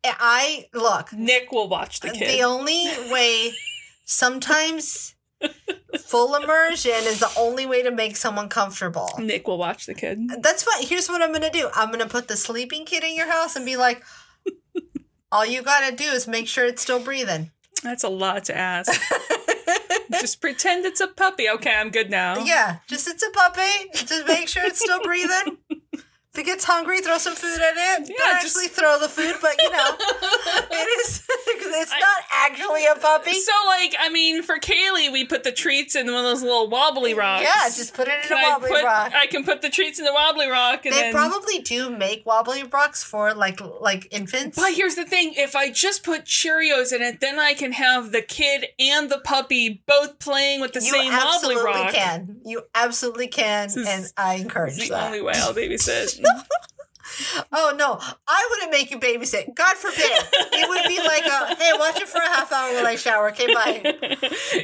[SPEAKER 3] And I look.
[SPEAKER 2] Nick will watch the kid.
[SPEAKER 3] The only
[SPEAKER 2] [LAUGHS]
[SPEAKER 3] way sometimes full immersion is the only way to make someone comfortable.
[SPEAKER 2] Nick will watch the kid.
[SPEAKER 3] That's fine. Here's what I'm gonna do. I'm gonna put the sleeping kid in your house and
[SPEAKER 2] [LAUGHS]
[SPEAKER 3] be like, all you gotta do is make sure it's still breathing.
[SPEAKER 2] That's a lot to ask.
[SPEAKER 3] [LAUGHS]
[SPEAKER 2] Just pretend it's a puppy. Okay, I'm good now.
[SPEAKER 3] Yeah, just it's a puppy. Just make sure it's still breathing. If it gets hungry, throw some food at it.
[SPEAKER 2] [LAUGHS] Yeah,
[SPEAKER 3] Don't
[SPEAKER 2] just-
[SPEAKER 3] actually throw the food, but you
[SPEAKER 2] [LAUGHS]
[SPEAKER 3] know, it is [LAUGHS] 'cause it's
[SPEAKER 2] I-
[SPEAKER 3] not actually a puppy.
[SPEAKER 2] [LAUGHS] So, like, I mean, for Kaylee, we put the treats in one of those little wobbly rocks.
[SPEAKER 3] Yeah, just put it in
[SPEAKER 2] Can
[SPEAKER 3] a
[SPEAKER 2] I
[SPEAKER 3] wobbly
[SPEAKER 2] put-
[SPEAKER 3] rock.
[SPEAKER 2] I can put the treats in the wobbly rock, and
[SPEAKER 3] they
[SPEAKER 2] then.
[SPEAKER 3] probably do make wobbly rocks for like like infants.
[SPEAKER 2] but here's the thing: if I just put Cheerios in it, then I can have the kid and the puppy both playing with the
[SPEAKER 3] you
[SPEAKER 2] same wobbly
[SPEAKER 3] absolutely
[SPEAKER 2] rock.
[SPEAKER 3] can. You absolutely can,
[SPEAKER 2] is-
[SPEAKER 3] and I encourage
[SPEAKER 2] It's the
[SPEAKER 3] that.
[SPEAKER 2] only way I'll babysit.
[SPEAKER 3] [LAUGHS]
[SPEAKER 2] [LAUGHS]
[SPEAKER 3] Oh no, I wouldn't make you babysit. God forbid. it would be like a hey, watch it for a half hour while I shower.
[SPEAKER 2] [LAUGHS]
[SPEAKER 3] Okay, bye.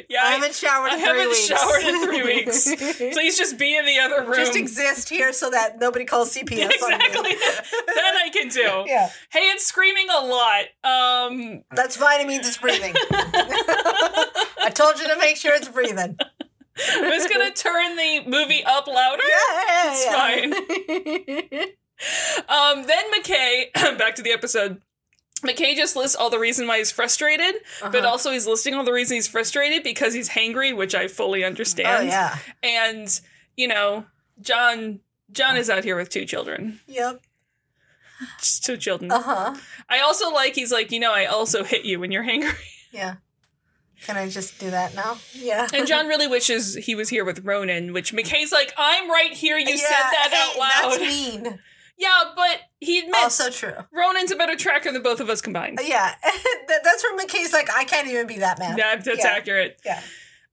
[SPEAKER 2] yeah,
[SPEAKER 3] I
[SPEAKER 2] I,
[SPEAKER 3] haven't showered
[SPEAKER 2] I
[SPEAKER 3] in
[SPEAKER 2] haven't showered in
[SPEAKER 3] three
[SPEAKER 2] three
[SPEAKER 3] [LAUGHS] weeks.
[SPEAKER 2] weeks. Please just be in the other room.
[SPEAKER 3] Just exist here so that nobody calls CPS
[SPEAKER 2] [LAUGHS]
[SPEAKER 3] on
[SPEAKER 2] exactly.
[SPEAKER 3] me.
[SPEAKER 2] [LAUGHS] that I can do.
[SPEAKER 3] [LAUGHS] Yeah.
[SPEAKER 2] Hey, it's screaming a lot. Um,
[SPEAKER 3] That's fine, it means it's
[SPEAKER 2] [LAUGHS]
[SPEAKER 3] breathing. I told you to make sure
[SPEAKER 2] [LAUGHS]
[SPEAKER 3] it's breathing.
[SPEAKER 2] I'm just
[SPEAKER 3] [LAUGHS]
[SPEAKER 2] gonna turn the movie up louder.
[SPEAKER 3] Yeah,
[SPEAKER 2] It's
[SPEAKER 3] yeah,
[SPEAKER 2] Um, then McKay, [CLEARS THROAT] back to the episode. McKay just lists all the reason why he's frustrated,
[SPEAKER 3] [LAUGHS]
[SPEAKER 2] but
[SPEAKER 3] Uh-huh.
[SPEAKER 2] also he's listing all the reason he's frustrated because he's hangry, which I fully
[SPEAKER 3] Oh
[SPEAKER 2] understand.
[SPEAKER 3] yeah.
[SPEAKER 2] And you know, John John is out here with two children,
[SPEAKER 3] Yep.
[SPEAKER 2] just two children.
[SPEAKER 3] Uh-huh.
[SPEAKER 2] I also like he's like, you know, I also hit you when you're hangry. [LAUGHS]
[SPEAKER 3] Yeah. Can I just do that now? Yeah.
[SPEAKER 2] And John really wishes he was here with Ronan, which McKay's like, I'm right here. You
[SPEAKER 3] Yeah,
[SPEAKER 2] said that
[SPEAKER 3] hey,
[SPEAKER 2] out loud.
[SPEAKER 3] That's
[SPEAKER 2] [LAUGHS]
[SPEAKER 3] mean.
[SPEAKER 2] Yeah, but he admits
[SPEAKER 3] Also true. Uh,
[SPEAKER 2] Ronan's a better tracker than both of us combined.
[SPEAKER 3] Yeah, [LAUGHS] That- that's where McKay's like, I can't even be that man.
[SPEAKER 2] That, that's
[SPEAKER 3] Yeah.
[SPEAKER 2] accurate.
[SPEAKER 3] Yeah.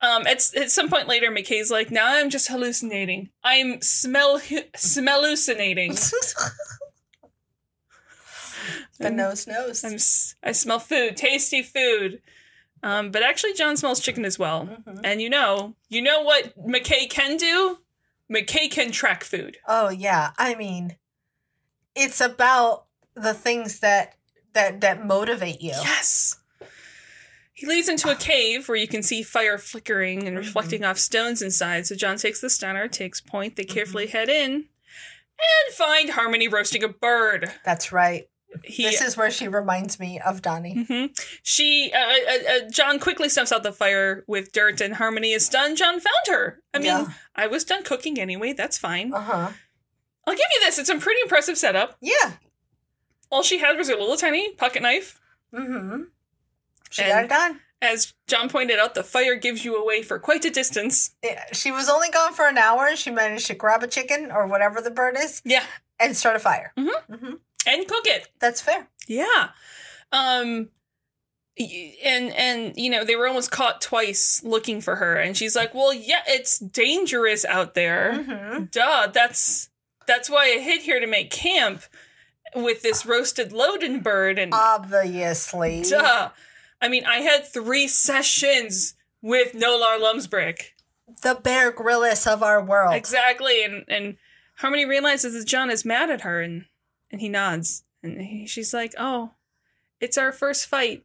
[SPEAKER 2] Um, at, s- at some point later, McKay's like, now I'm just hallucinating. I'm smell
[SPEAKER 3] [LAUGHS]
[SPEAKER 2] smellucinating.
[SPEAKER 3] [LAUGHS] the nose knows.
[SPEAKER 2] I'm, s- I smell food, tasty food. Um, but actually, John smells chicken as well.
[SPEAKER 3] Mhm.
[SPEAKER 2] And you know, you know what McKay can do? McKay can track food.
[SPEAKER 3] Oh yeah, I mean, it's about the things that that that motivate you.
[SPEAKER 2] Yes. He leads into a cave where you can see fire flickering
[SPEAKER 3] Mm-hmm.
[SPEAKER 2] and reflecting off stones inside. So John takes the stunner, takes point.
[SPEAKER 3] Mm-hmm.
[SPEAKER 2] They carefully head in and find Harmony roasting a bird.
[SPEAKER 3] That's right.
[SPEAKER 2] He,
[SPEAKER 3] This is where she reminds me of Donnie.
[SPEAKER 2] Mhm. she, uh, uh, uh, John quickly snuffs out the fire with dirt, and Harmony is stunned. John found her. I mean,
[SPEAKER 3] Yeah.
[SPEAKER 2] I was done cooking anyway. That's fine.
[SPEAKER 3] Uh huh.
[SPEAKER 2] I'll give you this. It's a pretty impressive setup.
[SPEAKER 3] Yeah.
[SPEAKER 2] All she had was a little tiny pocket knife
[SPEAKER 3] Mm hmm. She
[SPEAKER 2] And-
[SPEAKER 3] got it done.
[SPEAKER 2] as John pointed out, the fire gives you away for quite a distance.
[SPEAKER 3] Yeah, she was only gone for an hour and she managed to grab a chicken or whatever the bird is
[SPEAKER 2] Yeah,
[SPEAKER 3] and start a fire.
[SPEAKER 2] Mhm.
[SPEAKER 3] Mhm.
[SPEAKER 2] and cook it.
[SPEAKER 3] That's fair.
[SPEAKER 2] Yeah. Um y- and and you know, they were almost caught twice looking for her and she's like, "Well, yeah, it's dangerous out there."
[SPEAKER 3] Mm-hmm.
[SPEAKER 2] Duh, that's that's why I hid here to make camp with this roasted loden bird and
[SPEAKER 3] Ah. Obviously.
[SPEAKER 2] duh. I mean, I had 3 sessions with Nolar Lumsbrick.
[SPEAKER 3] The Bear Grylls of our world.
[SPEAKER 2] Exactly. And and Harmony realizes that John is mad at her and and he nods. And he, she's like, "Oh, it's our first fight.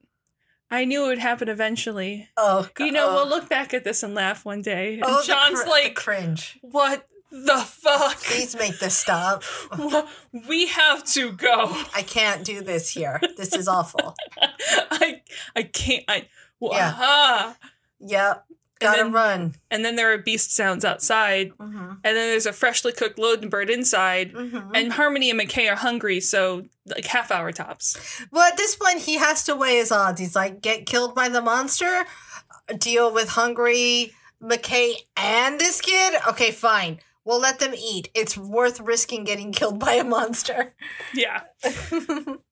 [SPEAKER 2] I knew it would happen eventually.
[SPEAKER 3] Oh,
[SPEAKER 2] You know,
[SPEAKER 3] God.
[SPEAKER 2] we'll look back at this and laugh one day." And
[SPEAKER 3] Oh, the
[SPEAKER 2] John's
[SPEAKER 3] cr- the
[SPEAKER 2] like,
[SPEAKER 3] cringe.
[SPEAKER 2] "What the fuck?
[SPEAKER 3] Please make this stop.
[SPEAKER 2] Wha- [LAUGHS] we have to go. [LAUGHS]
[SPEAKER 3] I can't do this here. This is awful.
[SPEAKER 2] I I can't I
[SPEAKER 3] Yeah.
[SPEAKER 2] yeah.
[SPEAKER 3] Yep. Gotta
[SPEAKER 2] then-
[SPEAKER 3] run.
[SPEAKER 2] And then there are beast sounds outside,
[SPEAKER 3] Mm-hmm.
[SPEAKER 2] and then there's a freshly cooked Lodenbird inside.
[SPEAKER 3] Mm-hmm.
[SPEAKER 2] And Harmony and McKay are hungry, so like half hour tops.
[SPEAKER 3] Well, at this point, he has to weigh his odds. He's like, get killed by the monster, deal with hungry McKay and this kid. Okay, fine. We'll let them eat. It's worth risking getting killed by
[SPEAKER 2] [LAUGHS]
[SPEAKER 3] a monster.
[SPEAKER 2] Yeah.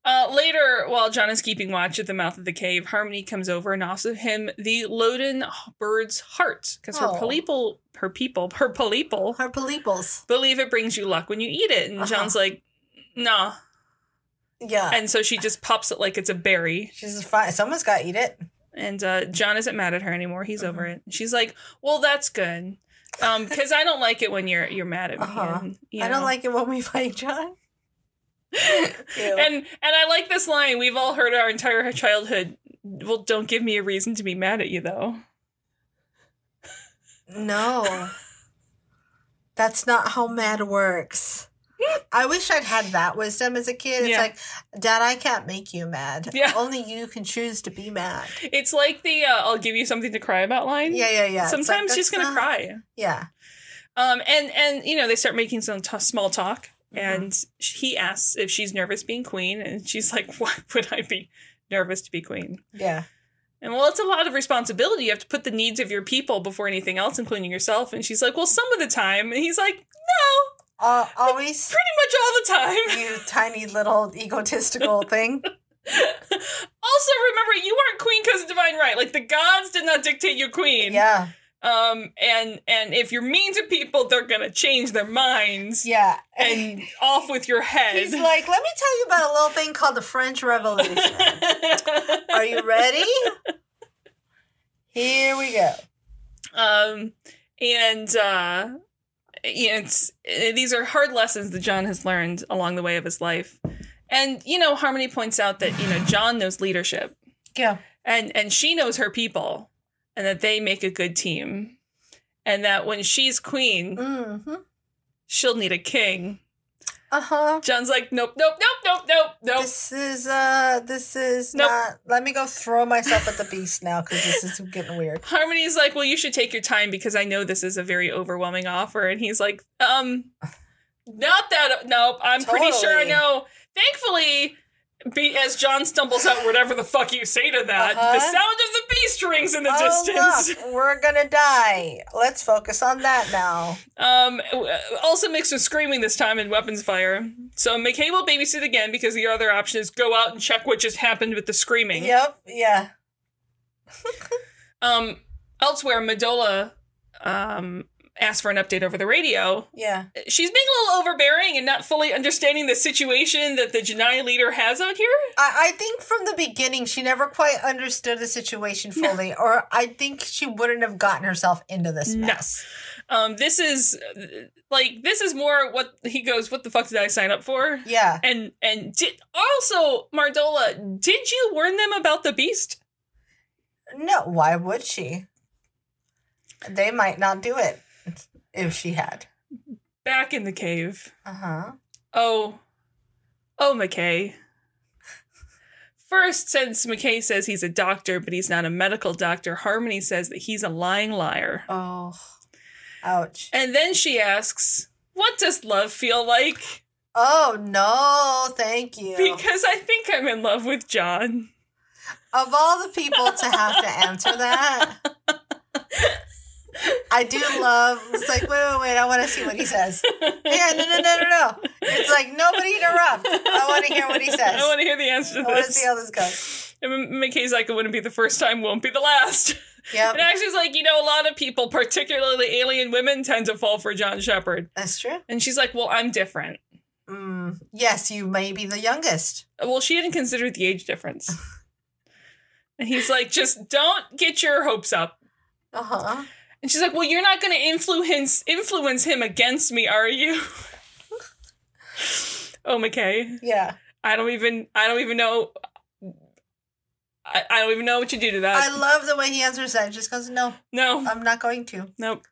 [SPEAKER 2] uh, later, while John is keeping watch at the mouth of the cave, Harmony comes over and offers him the Loden bird's heart because her
[SPEAKER 3] Oh.
[SPEAKER 2] polypal, her people, her polypal
[SPEAKER 3] Her polypals.
[SPEAKER 2] believe it brings you luck when you eat it. And
[SPEAKER 3] Uh-huh. Uh.
[SPEAKER 2] John's like, nah.
[SPEAKER 3] Yeah.
[SPEAKER 2] And so she just pops it like it's a berry.
[SPEAKER 3] She's just fine. Someone's got to eat it.
[SPEAKER 2] And uh, John isn't mad at her anymore. He's
[SPEAKER 3] Mhm.
[SPEAKER 2] over it. She's like, well, that's good. Um, because I don't like it when you're you're mad at me.
[SPEAKER 3] Uh-huh.
[SPEAKER 2] and, you
[SPEAKER 3] I don't
[SPEAKER 2] know.
[SPEAKER 3] like it when we
[SPEAKER 2] [LAUGHS]
[SPEAKER 3] fight John. Ew.
[SPEAKER 2] and and I like this line. We've all heard our entire childhood. Well, don't give me a reason to be mad at you, though.
[SPEAKER 3] No. That's not how mad works. I wish I'd had that wisdom as a kid. It's
[SPEAKER 2] Yeah.
[SPEAKER 3] like, Dad, I can't make you mad.
[SPEAKER 2] Yeah.
[SPEAKER 3] Only you can choose to be mad.
[SPEAKER 2] It's like the uh, "I'll give you something to cry about" line.
[SPEAKER 3] Yeah, yeah, yeah. It's like,
[SPEAKER 2] Sometimes she's
[SPEAKER 3] that's
[SPEAKER 2] gonna
[SPEAKER 3] not-
[SPEAKER 2] cry.
[SPEAKER 3] Yeah.
[SPEAKER 2] Um, and and you know they start making some t- small talk,
[SPEAKER 3] Mm-hmm.
[SPEAKER 2] and he asks if she's nervous being queen, and she's like, [LAUGHS] "Why would I be nervous to be queen?"
[SPEAKER 3] Yeah.
[SPEAKER 2] And well, it's a lot of responsibility. You have to put the needs of your people before anything else, including yourself. And she's like, "Well, some of the time," and he's like, "No,
[SPEAKER 3] Al always
[SPEAKER 2] pretty much all the time." [LAUGHS]
[SPEAKER 3] you tiny little egotistical thing.
[SPEAKER 2] also remember you weren't queen because of divine right like the gods did not dictate you queen
[SPEAKER 3] Yeah.
[SPEAKER 2] um and and if you're mean to people they're gonna change their minds
[SPEAKER 3] Yeah. [LAUGHS]
[SPEAKER 2] and off with your head [LAUGHS]
[SPEAKER 3] he's like, let me tell you about a little thing called the French Revolution.
[SPEAKER 2] [LAUGHS]
[SPEAKER 3] Are you ready? Here we go.
[SPEAKER 2] um and uh you know, it's eh, these are hard lessons that john has learned along the way of his life and you know harmony points out that you know john knows leadership
[SPEAKER 3] Yeah.
[SPEAKER 2] and and she knows her people and that they make a good team and that when she's queen
[SPEAKER 3] Mm-hmm.
[SPEAKER 2] she'll need a king
[SPEAKER 3] Uh huh.
[SPEAKER 2] john's like nope nope nope nope nope nope
[SPEAKER 3] This is uh this is
[SPEAKER 2] Oh. Nope.
[SPEAKER 3] not let me go throw myself at the beast now because this is getting weird.
[SPEAKER 2] harmony's like well you should take your time because i know this is a very overwhelming offer and he's like um not that nope i'm pretty sure i
[SPEAKER 3] Totally.
[SPEAKER 2] know thankfully be, as John stumbles out, whatever the fuck you say to that, the
[SPEAKER 3] Uh-huh.
[SPEAKER 2] sound of the beast rings in [LAUGHS] the
[SPEAKER 3] oh
[SPEAKER 2] distance.
[SPEAKER 3] look, we're gonna die. Let's focus on that now.
[SPEAKER 2] [LAUGHS] Um, also mixed with screaming this time and weapons fire. So McKay will babysit again because the other option is go out and check what just happened with the screaming.
[SPEAKER 3] Yep, yeah.
[SPEAKER 2] Um, elsewhere, Medola um, asked for an update over the radio.
[SPEAKER 3] Yeah.
[SPEAKER 2] She's being a little overbearing and not fully understanding the situation that the Janai leader has out here.
[SPEAKER 3] I, I think from the beginning she never quite understood the situation fully, or I think she wouldn't have gotten herself into this
[SPEAKER 2] No.
[SPEAKER 3] mess.
[SPEAKER 2] Um, this is like this is more what he goes. What the fuck did I sign up for?
[SPEAKER 3] Yeah.
[SPEAKER 2] And and did also Mardola? Did you warn them about the beast?
[SPEAKER 3] No, why would she? They might not do it if she had.
[SPEAKER 2] back in the cave.
[SPEAKER 3] Uh-huh.
[SPEAKER 2] Oh, oh, McKay. First, since McKay says he's a doctor, but he's not a medical doctor, Harmony says that he's a lying liar.
[SPEAKER 3] Oh. Ouch.
[SPEAKER 2] And then she asks, What does love feel like?
[SPEAKER 3] Oh no, thank you.
[SPEAKER 2] Because I think I'm in love with John.
[SPEAKER 3] Of all the people to have to answer that, I do love. It's like, wait, wait, wait. I want to see what he says. Yeah, no, no, no, no, no. It's like nobody interrupt. I want to hear
[SPEAKER 2] [LAUGHS]
[SPEAKER 3] what he says.
[SPEAKER 2] I want to hear the answer to
[SPEAKER 3] I want to
[SPEAKER 2] this.
[SPEAKER 3] see how this goes.
[SPEAKER 2] And McKay's like, it wouldn't be the first time, won't be the
[SPEAKER 3] [LAUGHS]
[SPEAKER 2] last. And [LAUGHS]
[SPEAKER 3] Yep,
[SPEAKER 2] Ashley's like, you know, a lot of people, particularly alien women, tend to fall for John Shepard.
[SPEAKER 3] that's true.
[SPEAKER 2] And she's like, well, I'm different.
[SPEAKER 3] Mm, yes, you may be the youngest.
[SPEAKER 2] Well, she didn't consider the age
[SPEAKER 3] [LAUGHS]
[SPEAKER 2] difference. and he's like, just don't get your hopes up.
[SPEAKER 3] Uh
[SPEAKER 2] Uh-huh.
[SPEAKER 3] huh.
[SPEAKER 2] And she's like, well, you're not going to influence influence him against me, are you? [LAUGHS] oh, McKay,
[SPEAKER 3] Yeah.
[SPEAKER 2] I don't even I don't even know. I, I don't even know what you do to that.
[SPEAKER 3] I love the way he answers that. Just goes, no,
[SPEAKER 2] no,
[SPEAKER 3] I'm not going to.
[SPEAKER 2] nope.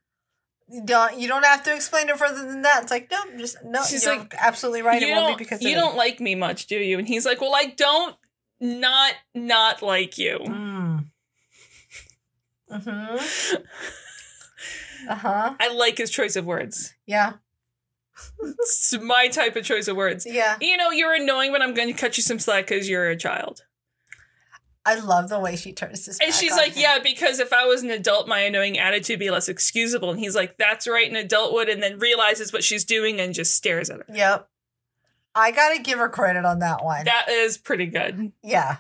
[SPEAKER 3] You don't you don't have to explain it further than that. It's like, no, just no.
[SPEAKER 2] She's
[SPEAKER 3] you're
[SPEAKER 2] like,
[SPEAKER 3] absolutely right.
[SPEAKER 2] you
[SPEAKER 3] It
[SPEAKER 2] don't,
[SPEAKER 3] won't be because
[SPEAKER 2] you
[SPEAKER 3] of
[SPEAKER 2] don't like me much, do you? And he's like, well, I don't not not like you.
[SPEAKER 3] Mm. Mm-hmm. Uh huh.
[SPEAKER 2] I like his choice of words.
[SPEAKER 3] Yeah.
[SPEAKER 2] It's my type of choice of words.
[SPEAKER 3] Yeah.
[SPEAKER 2] You know, you're annoying, but I'm going to cut you some slack because you're a child.
[SPEAKER 3] I love the way she turns this.
[SPEAKER 2] And
[SPEAKER 3] back
[SPEAKER 2] she's
[SPEAKER 3] on
[SPEAKER 2] like,
[SPEAKER 3] him.
[SPEAKER 2] yeah, because if I was an adult, my annoying attitude would be less excusable. And he's like, that's right, an adult would, and then realizes what she's doing and just stares at her.
[SPEAKER 3] Yep. I gotta give her credit on that one.
[SPEAKER 2] That is pretty good.
[SPEAKER 3] yeah.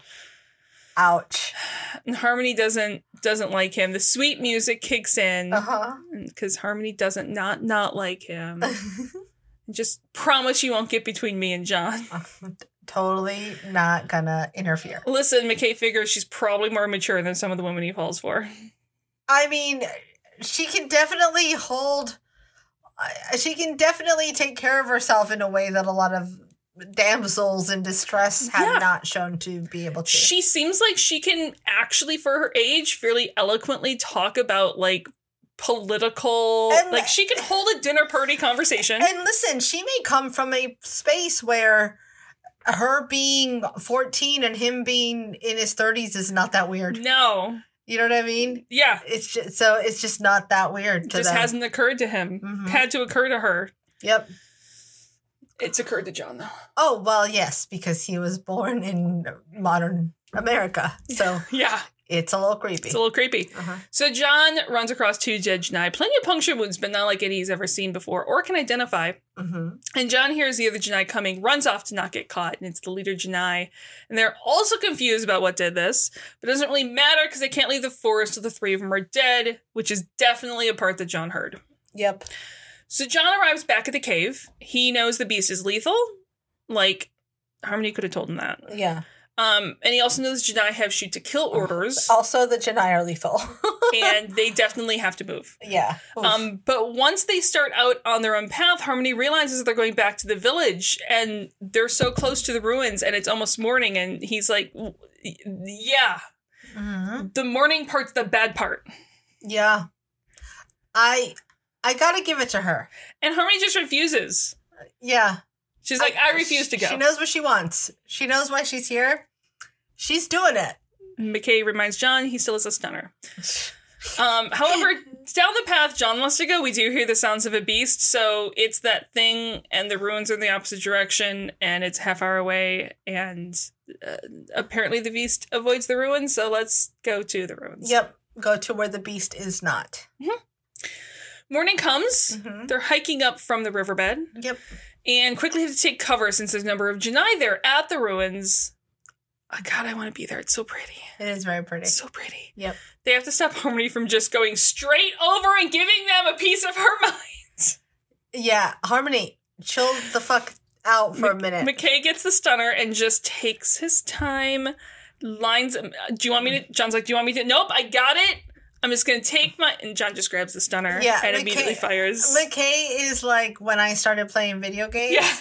[SPEAKER 3] Ouch.
[SPEAKER 2] And Harmony doesn't doesn't like him. The sweet music kicks in
[SPEAKER 3] Uh huh.
[SPEAKER 2] because Harmony doesn't not not like
[SPEAKER 3] [LAUGHS]
[SPEAKER 2] him. just promise you won't get between me and John. [LAUGHS]
[SPEAKER 3] totally not gonna interfere.
[SPEAKER 2] Listen, McKay figures she's probably more mature than some of the women he falls for.
[SPEAKER 3] I mean, she can definitely hold. uh, She can definitely take care of herself in a way that a lot of damsels in distress have
[SPEAKER 2] Yeah.
[SPEAKER 3] not shown to be able to.
[SPEAKER 2] She seems like she can actually, for her age, fairly eloquently talk about like political.
[SPEAKER 3] And-
[SPEAKER 2] like she can hold a dinner party conversation.
[SPEAKER 3] and listen, she may come from a space where her being 14 and him being in his 30s is not that weird.
[SPEAKER 2] no,
[SPEAKER 3] You know what I mean?
[SPEAKER 2] yeah,
[SPEAKER 3] It's just, so it's just not that weird to
[SPEAKER 2] just
[SPEAKER 3] them.
[SPEAKER 2] hasn't occurred to him.
[SPEAKER 3] Mhm.
[SPEAKER 2] Had to occur to her.
[SPEAKER 3] yep.
[SPEAKER 2] It's occurred to John though. [LAUGHS]
[SPEAKER 3] Oh, well, yes, because he was born in modern America. So
[SPEAKER 2] Yeah,
[SPEAKER 3] it's a little creepy.
[SPEAKER 2] it's a little creepy.
[SPEAKER 3] Uh-huh.
[SPEAKER 2] So John runs across two dead Janai, plenty of puncture wounds, but not like any he's ever seen before or can identify.
[SPEAKER 3] hmm
[SPEAKER 2] And John hears the other Janai coming, runs off to not get caught, and it's the leader Janai. And they're also confused about what did this, but it doesn't really matter because they can't leave the forest, so the three of them are dead, which is definitely a part that John heard.
[SPEAKER 3] Yep.
[SPEAKER 2] So John arrives back at the cave. He knows the beast is lethal. Like, Harmony could have told him that.
[SPEAKER 3] Yeah.
[SPEAKER 2] Um, and he also knows Janai have shoot to kill
[SPEAKER 3] [LAUGHS]
[SPEAKER 2] orders,
[SPEAKER 3] Also, the Janai are lethal. [LAUGHS]
[SPEAKER 2] and they definitely have to move.
[SPEAKER 3] yeah. Oof.
[SPEAKER 2] Um, but once they start out on their own path, Harmony realizes they're going back to the village and they're so close to the ruins and it's almost morning. And he's like, "W- Yeah,
[SPEAKER 3] Mhm.
[SPEAKER 2] the morning part's the bad part.
[SPEAKER 3] Yeah. I I gotta give it to her.
[SPEAKER 2] And Harmony just refuses.
[SPEAKER 3] Yeah.
[SPEAKER 2] She's like, I, refuse to go.
[SPEAKER 3] She knows what she wants. She knows why she's here. She's doing it.
[SPEAKER 2] McKay reminds John he still is a stunner. Um, however, down the path John wants to go, we do hear the sounds of a beast. So it's that thing, and the ruins are in the opposite direction, and it's half hour away. And uh, apparently, the beast avoids the ruins. So let's go to the ruins.
[SPEAKER 3] Yep. Go to where the beast is not.
[SPEAKER 2] Morning comes.
[SPEAKER 3] Mhm.
[SPEAKER 2] They're hiking up from the riverbed,
[SPEAKER 3] Yep.
[SPEAKER 2] and quickly have to take cover since there's a number of Janai there at the ruins. Oh, God, I want to be there. It's so pretty.
[SPEAKER 3] It is very pretty.
[SPEAKER 2] So pretty.
[SPEAKER 3] Yep.
[SPEAKER 2] They have to stop Harmony from just going straight over and giving them a piece of her [LAUGHS] mind.
[SPEAKER 3] Yeah. Harmony, chill the fuck out for a minute.
[SPEAKER 2] McKay gets the stunner and just takes his time. Lines. um, uh, Do you want me to? John's like, do you want me to? Nope, I got it. I'm just gonna take my. And John just grabs the stunner
[SPEAKER 3] Yeah,
[SPEAKER 2] and
[SPEAKER 3] McKay-
[SPEAKER 2] immediately fires.
[SPEAKER 3] McKay is like when I started playing video games.
[SPEAKER 2] yeah,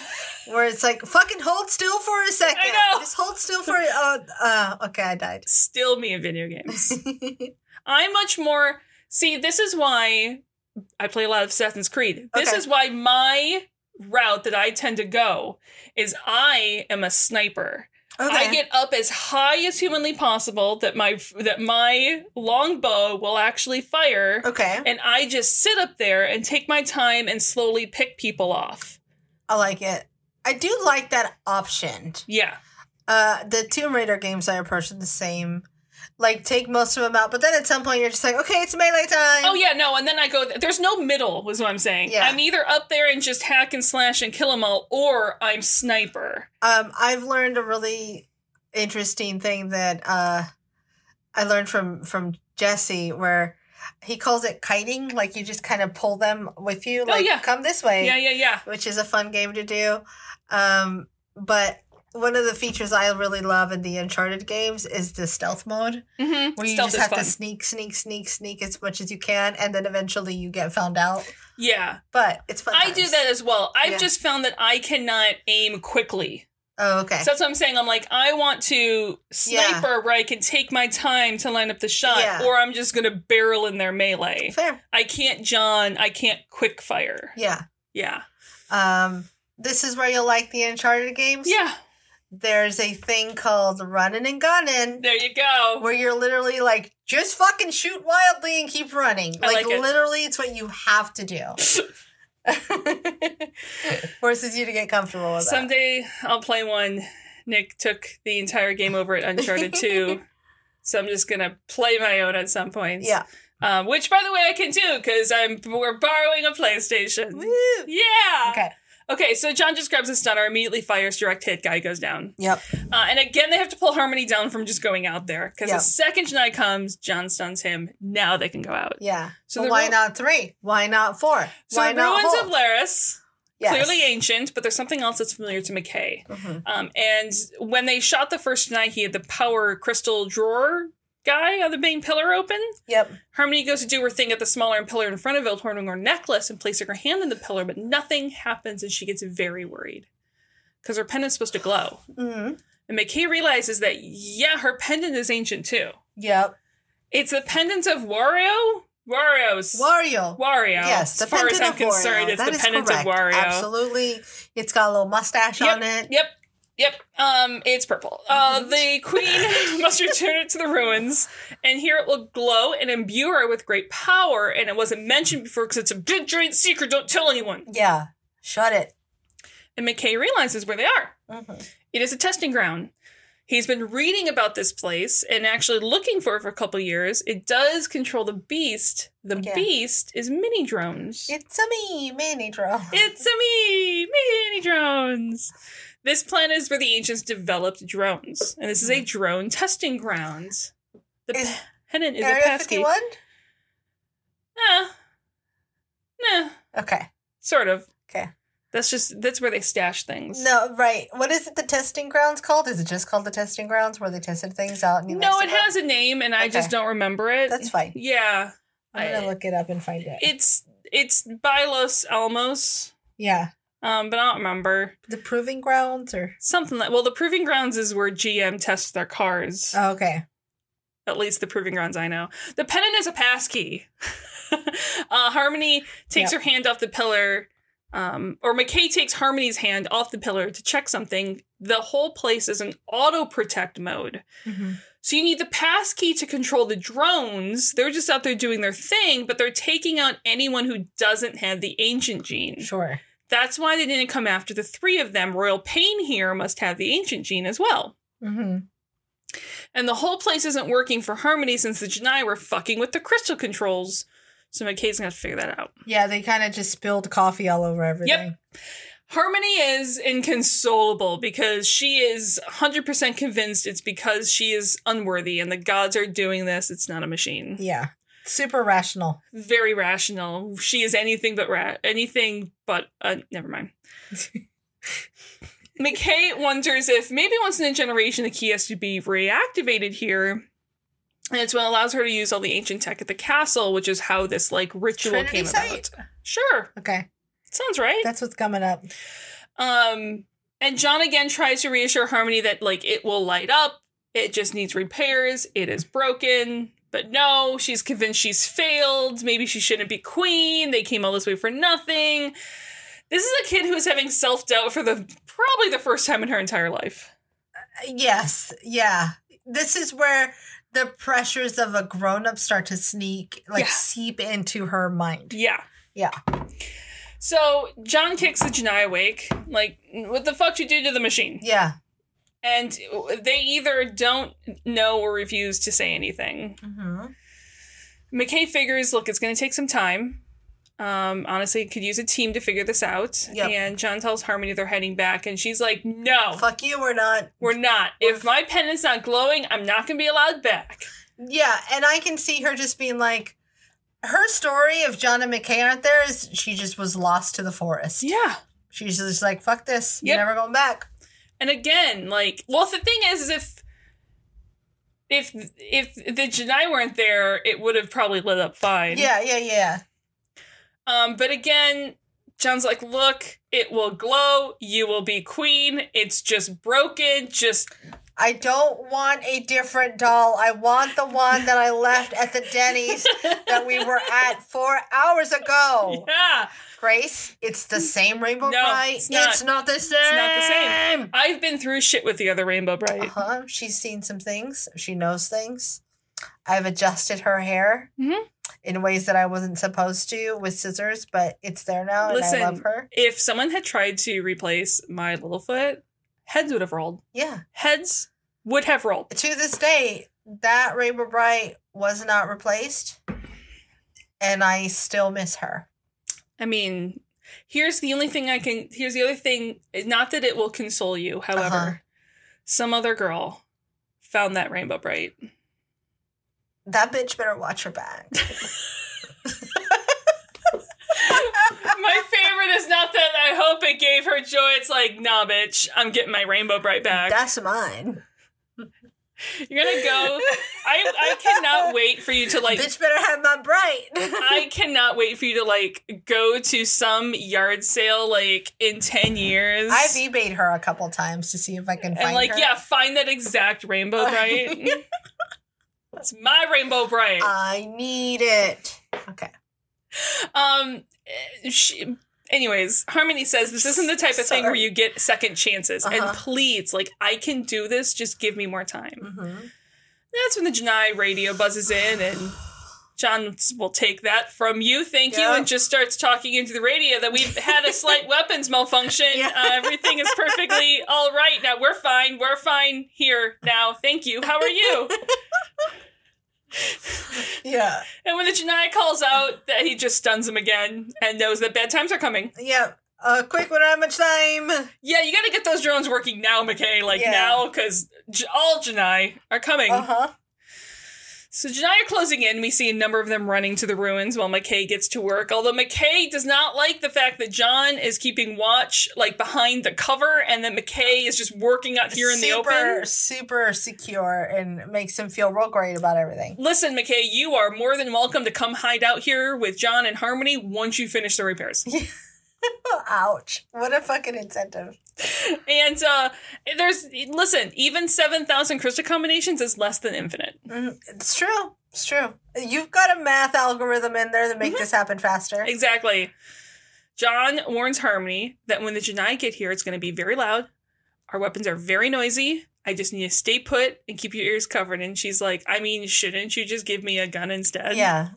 [SPEAKER 3] where it's like fucking hold still for a second.
[SPEAKER 2] I know.
[SPEAKER 3] Just hold still for uh uh okay, I died. [LAUGHS]
[SPEAKER 2] still me in video games. I'm much more. See, this is why I play a lot of Assassin's Creed. This
[SPEAKER 3] Okay.
[SPEAKER 2] is why my route that I tend to go is I am a sniper. I get up as high as humanly possible that my that my longbow will actually fire,
[SPEAKER 3] Okay.
[SPEAKER 2] and I just sit up there and take my time and slowly pick people off.
[SPEAKER 3] I like it. I do like that option.
[SPEAKER 2] Yeah,
[SPEAKER 3] Uh, the Tomb Raider games I approach it the same. Like take most of them out, but then at some point you're just like, okay, it's melee time.
[SPEAKER 2] Oh yeah, no, and then I go. There's no middle, was what I'm saying.
[SPEAKER 3] Yeah.
[SPEAKER 2] I'm either up there and just hack and slash and kill them all, or I'm sniper.
[SPEAKER 3] Um, I've learned a really interesting thing that uh, I learned from from Jesse, where he calls it kiting. Like you just kind of pull them with you. Like
[SPEAKER 2] Oh, yeah.
[SPEAKER 3] come this way,
[SPEAKER 2] Yeah, yeah, yeah.
[SPEAKER 3] which is a fun game to do. Um, but one of the features I really love in the Uncharted games is the stealth mode,
[SPEAKER 2] Mm-hmm.
[SPEAKER 3] where you
[SPEAKER 2] Stealth
[SPEAKER 3] just
[SPEAKER 2] is
[SPEAKER 3] have
[SPEAKER 2] fun.
[SPEAKER 3] to sneak, sneak, sneak, sneak as much as you can, and then eventually you get found out.
[SPEAKER 2] Yeah,
[SPEAKER 3] But it's fun.
[SPEAKER 2] I do
[SPEAKER 3] times.
[SPEAKER 2] that as well. I've
[SPEAKER 3] Yeah.
[SPEAKER 2] just found that I cannot aim quickly.
[SPEAKER 3] Oh, okay.
[SPEAKER 2] So that's what I'm saying. I'm like, I want to
[SPEAKER 3] Yeah.
[SPEAKER 2] sniper where I can take my time to line up the shot,
[SPEAKER 3] Yeah.
[SPEAKER 2] or I'm just gonna barrel in their melee.
[SPEAKER 3] Fair.
[SPEAKER 2] I can't John. I can't quick fire.
[SPEAKER 3] Yeah.
[SPEAKER 2] Yeah,
[SPEAKER 3] Um, this is where you'll like the Uncharted games.
[SPEAKER 2] yeah.
[SPEAKER 3] There's a thing called running and gunning
[SPEAKER 2] There you go.
[SPEAKER 3] where you're literally like, just fucking shoot wildly and keep running.
[SPEAKER 2] I
[SPEAKER 3] like,
[SPEAKER 2] like it.
[SPEAKER 3] literally, it's what you have
[SPEAKER 2] [LAUGHS]
[SPEAKER 3] to do. [LAUGHS] Forces you to get comfortable with that.
[SPEAKER 2] Someday I'll play one. Nick took the entire game over at
[SPEAKER 3] [LAUGHS]
[SPEAKER 2] Uncharted Two, so I'm just gonna play my own at some point.
[SPEAKER 3] Yeah.
[SPEAKER 2] Um, which, by the way, I can do because I'm we're borrowing a PlayStation.
[SPEAKER 3] Woo.
[SPEAKER 2] Yeah.
[SPEAKER 3] Okay.
[SPEAKER 2] Okay. So John just grabs a stunner, immediately fires direct hit. Guy goes down.
[SPEAKER 3] Yep.
[SPEAKER 2] Uh, and again, they have to pull Harmony down from just going out there because
[SPEAKER 3] Yeah.
[SPEAKER 2] the second Janai comes, John stuns him. Now they can go out.
[SPEAKER 3] Yeah.
[SPEAKER 2] So
[SPEAKER 3] So
[SPEAKER 2] the
[SPEAKER 3] why
[SPEAKER 2] ru-
[SPEAKER 3] not three? Why not four?
[SPEAKER 2] So the
[SPEAKER 3] why not
[SPEAKER 2] ruins
[SPEAKER 3] whole?
[SPEAKER 2] of Laris,
[SPEAKER 3] Yes.
[SPEAKER 2] clearly ancient, but there's something else that's familiar to McKay.
[SPEAKER 3] Mhm.
[SPEAKER 2] Um, and when they shot the first Janai, he had the power crystal drawer guy on the main pillar open.
[SPEAKER 3] Yep.
[SPEAKER 2] Harmony goes to do her thing at the smaller pillar in front of it, holding her necklace and placing her hand in the pillar, but nothing happens and she gets very worried because her pendant's supposed to glow.
[SPEAKER 3] hmm
[SPEAKER 2] And McKay realizes that, yeah, her pendant is ancient too.
[SPEAKER 3] Yep.
[SPEAKER 2] It's the pendant of Wario? Wario's.
[SPEAKER 3] Wario.
[SPEAKER 2] Wario.
[SPEAKER 3] Yes, the
[SPEAKER 2] As far as
[SPEAKER 3] pendant
[SPEAKER 2] I'm
[SPEAKER 3] of
[SPEAKER 2] concerned,
[SPEAKER 3] Wario.
[SPEAKER 2] it's
[SPEAKER 3] That
[SPEAKER 2] the
[SPEAKER 3] is
[SPEAKER 2] pendant
[SPEAKER 3] correct.
[SPEAKER 2] of Wario.
[SPEAKER 3] Absolutely. It's got a little mustache
[SPEAKER 2] Yep.
[SPEAKER 3] on it.
[SPEAKER 2] Yep. Yep. Um, it's purple. Uh,
[SPEAKER 3] Mm-hmm.
[SPEAKER 2] the
[SPEAKER 3] [LAUGHS]
[SPEAKER 2] queen [LAUGHS] must return it to the ruins, and here it will glow and imbue her with great power. And it wasn't mentioned before because it's a big giant secret. Don't tell anyone.
[SPEAKER 3] Yeah. Shut it.
[SPEAKER 2] And McKay realizes where they are.
[SPEAKER 3] Mhm.
[SPEAKER 2] It is a testing ground. He's been reading about this place and actually looking for it for a couple years. It does control the beast. The
[SPEAKER 3] Yeah.
[SPEAKER 2] beast is mini drones.
[SPEAKER 3] It's a me, Manny Drone.
[SPEAKER 2] It's a me, mini drones. This planet is where the ancients developed drones, and this is a drone testing ground. The
[SPEAKER 3] Mm-hmm. Is
[SPEAKER 2] pennant is a
[SPEAKER 3] Area
[SPEAKER 2] pesky.
[SPEAKER 3] 51?
[SPEAKER 2] Nah, nah,
[SPEAKER 3] Okay.
[SPEAKER 2] sort of.
[SPEAKER 3] Okay.
[SPEAKER 2] That's just that's where they stash things.
[SPEAKER 3] No, right. What is it the testing grounds called? Is it just called the testing grounds where they tested things out? in New
[SPEAKER 2] no, it
[SPEAKER 3] Mexico?
[SPEAKER 2] has a name, and I just
[SPEAKER 3] Okay.
[SPEAKER 2] don't remember it.
[SPEAKER 3] That's fine.
[SPEAKER 2] Yeah,
[SPEAKER 3] I'm going
[SPEAKER 2] I-
[SPEAKER 3] to look it up and find it.
[SPEAKER 2] it's it's by Los Alamos,
[SPEAKER 3] yeah.
[SPEAKER 2] um, but I don't remember
[SPEAKER 3] The proving grounds or.
[SPEAKER 2] something like. Well, the proving grounds is where GM tests their cars.
[SPEAKER 3] Oh, okay.
[SPEAKER 2] at least the proving grounds I know. The pennant is a passkey. [LAUGHS] uh, Harmony takes her hand off the pillar, um, or McKay takes Harmony's hand off the pillar to check something. The whole place is in auto protect mode. So you need the passkey to control the drones. They're just out there doing their thing, but they're taking out anyone who doesn't have the ancient gene.
[SPEAKER 3] Sure.
[SPEAKER 2] That's why they didn't come after the three of them. Royal Pain here must have the ancient gene as well. Mm-hmm.
[SPEAKER 3] hmm
[SPEAKER 2] And the whole place isn't working for Harmony since the Janai were fucking with the crystal controls. So McKay's gonna have to figure that out.
[SPEAKER 3] Yeah, they kind of just spilled coffee all over everything.
[SPEAKER 2] Harmony is inconsolable because she is 100% convinced it's because she is unworthy and the gods are doing this. It's not a machine.
[SPEAKER 3] Yeah. Super rational.
[SPEAKER 2] Very rational. She is anything but ra- anything but uh, never
[SPEAKER 3] [LAUGHS]
[SPEAKER 2] mind. McKay wonders if maybe once in a generation the key has to be reactivated here. And it's what allows her to use all the ancient tech at the castle, which is how this like ritual
[SPEAKER 3] Trinity
[SPEAKER 2] came
[SPEAKER 3] site.
[SPEAKER 2] about. Sure.
[SPEAKER 3] Okay.
[SPEAKER 2] Sounds right.
[SPEAKER 3] That's what's coming up.
[SPEAKER 2] um and John again tries to reassure Harmony that like it will light up. It just needs repairs. It is broken. But no, she's convinced she's failed. Maybe she shouldn't be queen. They came all this way for nothing. This is a kid who's having self-doubt for the probably the first time in her entire life.
[SPEAKER 3] Yes, yeah. This is where the pressures of a grown up start to sneak, like
[SPEAKER 2] Yeah.
[SPEAKER 3] seep into her mind.
[SPEAKER 2] Yeah.
[SPEAKER 3] Yeah.
[SPEAKER 2] So John kicks the Janai awake, like, what the fuck you do to the machine?
[SPEAKER 3] Yeah.
[SPEAKER 2] and they either don't know or refuse to say anything.
[SPEAKER 3] Mm-hmm.
[SPEAKER 2] McKay figures, look, it's going to take some time. Um, honestly, could use a team to figure this out.
[SPEAKER 3] Yep.
[SPEAKER 2] And John tells Harmony they're heading back, and she's like, "No,
[SPEAKER 3] Fuck you, we're not.
[SPEAKER 2] we're not. If my pennant's not glowing, I'm not going to be allowed back."
[SPEAKER 3] Yeah, and I can see her just being like, her story of John and McKay aren't there is she just was lost to the forest.
[SPEAKER 2] Yeah.
[SPEAKER 3] She's just like, fuck this.
[SPEAKER 2] Yep.
[SPEAKER 3] You're never going back.
[SPEAKER 2] And again, like, well, the thing is, is if if if the Janai weren't there, it would have probably lit up fine.
[SPEAKER 3] Yeah, yeah, yeah.
[SPEAKER 2] Um, but again, John's like, look, it will glow. You will be queen. It's just broken.
[SPEAKER 3] [LAUGHS]
[SPEAKER 2] Just [LAUGHS]
[SPEAKER 3] I don't want a different doll. I want the one that I left at the Denny's that we were at four hours ago.
[SPEAKER 2] [LAUGHS] yeah.
[SPEAKER 3] Grace, it's the same Rainbow
[SPEAKER 2] No,
[SPEAKER 3] Bright.
[SPEAKER 2] it's not.
[SPEAKER 3] the same.
[SPEAKER 2] It's not the same. I've been through shit with the other Rainbow Bright.
[SPEAKER 3] Uh-huh. She's seen some things. She knows things. I've adjusted her hair
[SPEAKER 2] Mhm.
[SPEAKER 3] in ways that I wasn't supposed to with scissors, but it's there now,
[SPEAKER 2] Listen,
[SPEAKER 3] and I love her.
[SPEAKER 2] if someone had tried to replace my Littlefoot, heads would have rolled.
[SPEAKER 3] Yeah.
[SPEAKER 2] Heads would have rolled.
[SPEAKER 3] To this day, that Rainbow Bright was not replaced, and I still miss her.
[SPEAKER 2] I mean, here's the only thing I can. Here's the other thing. Not that it will console you, however,
[SPEAKER 3] Uh-huh.
[SPEAKER 2] some other girl found that rainbow bright.
[SPEAKER 3] [LAUGHS] That bitch better watch
[SPEAKER 2] [LAUGHS]
[SPEAKER 3] her back.
[SPEAKER 2] my favorite is not that I hope it gave her joy. It's like, nah, bitch, I'm getting my rainbow bright back.
[SPEAKER 3] That's mine.
[SPEAKER 2] You're gonna
[SPEAKER 3] [LAUGHS]
[SPEAKER 2] go. I I cannot wait for you to like.
[SPEAKER 3] bitch better have my [LAUGHS] bright.
[SPEAKER 2] I cannot wait for you to like go to some yard sale like in ten years.
[SPEAKER 3] I've eBayed her a couple times to see if I can find
[SPEAKER 2] and like
[SPEAKER 3] her.
[SPEAKER 2] yeah, find that exact rainbow
[SPEAKER 3] [LAUGHS]
[SPEAKER 2] bright. it's my rainbow bright.
[SPEAKER 3] I need it. Okay.
[SPEAKER 2] Um, eh, she, anyways, Harmony says this isn't the type of thing where
[SPEAKER 3] Sorry.
[SPEAKER 2] you get second chances
[SPEAKER 3] Uh-huh.
[SPEAKER 2] and pleads like I can do this. Just give me more time.
[SPEAKER 3] Mm-hmm.
[SPEAKER 2] That's when the Janai radio buzzes in and. John will take that from you, thank you,
[SPEAKER 3] Yeah.
[SPEAKER 2] and just starts talking into the radio that we've had a
[SPEAKER 3] [LAUGHS]
[SPEAKER 2] slight weapons malfunction.
[SPEAKER 3] Yeah.
[SPEAKER 2] Uh, everything is
[SPEAKER 3] [LAUGHS]
[SPEAKER 2] perfectly all right now. We're fine. We're fine here now. Thank you. How are you?
[SPEAKER 3] Yeah.
[SPEAKER 2] and when the Janai calls out, that he just stuns him again and knows that bad times are coming.
[SPEAKER 3] Yeah. Uh, quick, we don't have much time.
[SPEAKER 2] Yeah, you got to get those drones working now, McKay. Like
[SPEAKER 3] Yeah.
[SPEAKER 2] now, because J- all Janai are coming.
[SPEAKER 3] Uh huh.
[SPEAKER 2] So Janai are closing in. We see a number of them running to the ruins while McKay gets to work. Although McKay does not like the fact that John is keeping watch, like behind the cover, and that McKay is just working out here in the
[SPEAKER 3] super,
[SPEAKER 2] open.
[SPEAKER 3] Super secure and makes him feel real great about everything.
[SPEAKER 2] Listen, McKay, you are more than welcome to come hide out here with John and Harmony once you finish the repairs.
[SPEAKER 3] Ouch. What a fucking incentive.
[SPEAKER 2] and uh, there's listen, even seven thousand crystal combinations is less than infinite.
[SPEAKER 3] Mm, It's true. It's true. You've got a math algorithm in there to
[SPEAKER 2] Mm-hmm.
[SPEAKER 3] make this happen faster.
[SPEAKER 2] Exactly. John warns Harmony that when the Janai get here, it's going to be very loud. Our weapons are very noisy. I just need to stay put and keep your ears covered. And she's like, I mean, shouldn't you just give me a gun instead?
[SPEAKER 3] Yeah.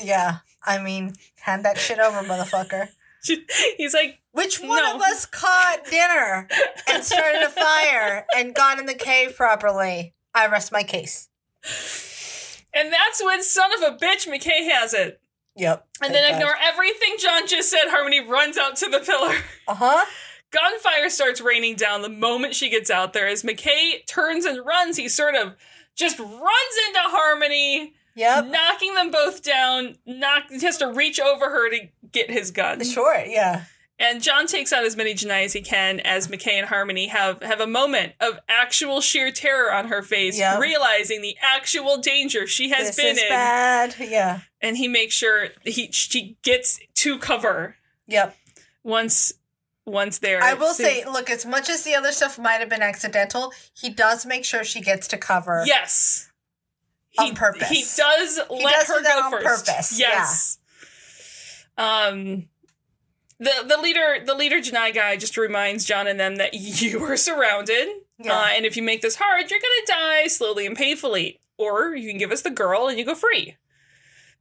[SPEAKER 3] Yeah. I mean, hand that shit over, motherfucker.
[SPEAKER 2] [LAUGHS] She- he's like,
[SPEAKER 3] Which one
[SPEAKER 2] No.
[SPEAKER 3] of us caught dinner and started a fire and got in the cave properly? I rest my case.
[SPEAKER 2] and that's when son of a bitch McKay has it.
[SPEAKER 3] Yep.
[SPEAKER 2] And then ignore everything John just said. Harmony runs out to the pillar. [LAUGHS]
[SPEAKER 3] Uh huh.
[SPEAKER 2] Gunfire starts raining down the moment she gets out there. As McKay turns and runs, he sort of just runs into Harmony.
[SPEAKER 3] Yep.
[SPEAKER 2] knocking them both down. Knock he has to reach over her to get his gun.
[SPEAKER 3] Sure. Mm-hmm. Yeah.
[SPEAKER 2] And John takes out as many Janai as he can as McKay and Harmony have have a moment of actual sheer terror on her face,
[SPEAKER 3] Yeah.
[SPEAKER 2] realizing the actual danger she has
[SPEAKER 3] this
[SPEAKER 2] been
[SPEAKER 3] is
[SPEAKER 2] in.
[SPEAKER 3] bad. Yeah.
[SPEAKER 2] And he makes sure he she gets to cover
[SPEAKER 3] Yep.
[SPEAKER 2] once once there.
[SPEAKER 3] I will say, look, as much as the other stuff might have been accidental, he does make sure she gets to cover.
[SPEAKER 2] yes.
[SPEAKER 3] On purpose.
[SPEAKER 2] He does let
[SPEAKER 3] does
[SPEAKER 2] her
[SPEAKER 3] do that
[SPEAKER 2] go
[SPEAKER 3] on
[SPEAKER 2] first.
[SPEAKER 3] purpose,
[SPEAKER 2] Yes. Um the the leader the leader Janai guy just reminds John and them that [LAUGHS] you are surrounded.
[SPEAKER 3] Yeah.
[SPEAKER 2] Uh, and if you make this hard, you're gonna die slowly and painfully. Or you can give us the girl and you go free.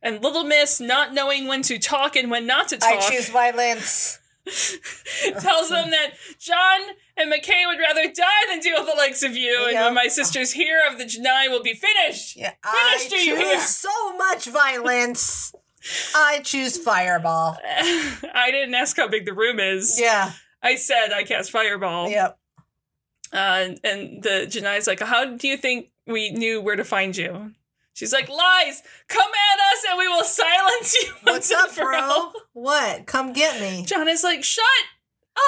[SPEAKER 2] And little miss not knowing when to talk and when not to talk. [LAUGHS]
[SPEAKER 3] I choose violence.
[SPEAKER 2] tells them that John and McKay would rather die than deal with the likes of you. And
[SPEAKER 3] Yeah.
[SPEAKER 2] when my sisters hear of the Janai will be finished.
[SPEAKER 3] Yeah,
[SPEAKER 2] Finished,
[SPEAKER 3] I
[SPEAKER 2] do you hear?
[SPEAKER 3] choose so
[SPEAKER 2] [LAUGHS]
[SPEAKER 3] much violence. I choose fireball.
[SPEAKER 2] I didn't ask how big the room is.
[SPEAKER 3] Yeah,
[SPEAKER 2] I said I cast fireball.
[SPEAKER 3] yep.
[SPEAKER 2] Uh, and, and the Janai's like, How do you think we knew where to find you? She's like, Lies! Come at us and we will silence you. [LAUGHS] [LAUGHS] once
[SPEAKER 3] What's
[SPEAKER 2] and
[SPEAKER 3] up,
[SPEAKER 2] for
[SPEAKER 3] bro?
[SPEAKER 2] all."
[SPEAKER 3] What? Come get me.
[SPEAKER 2] John is like, Shut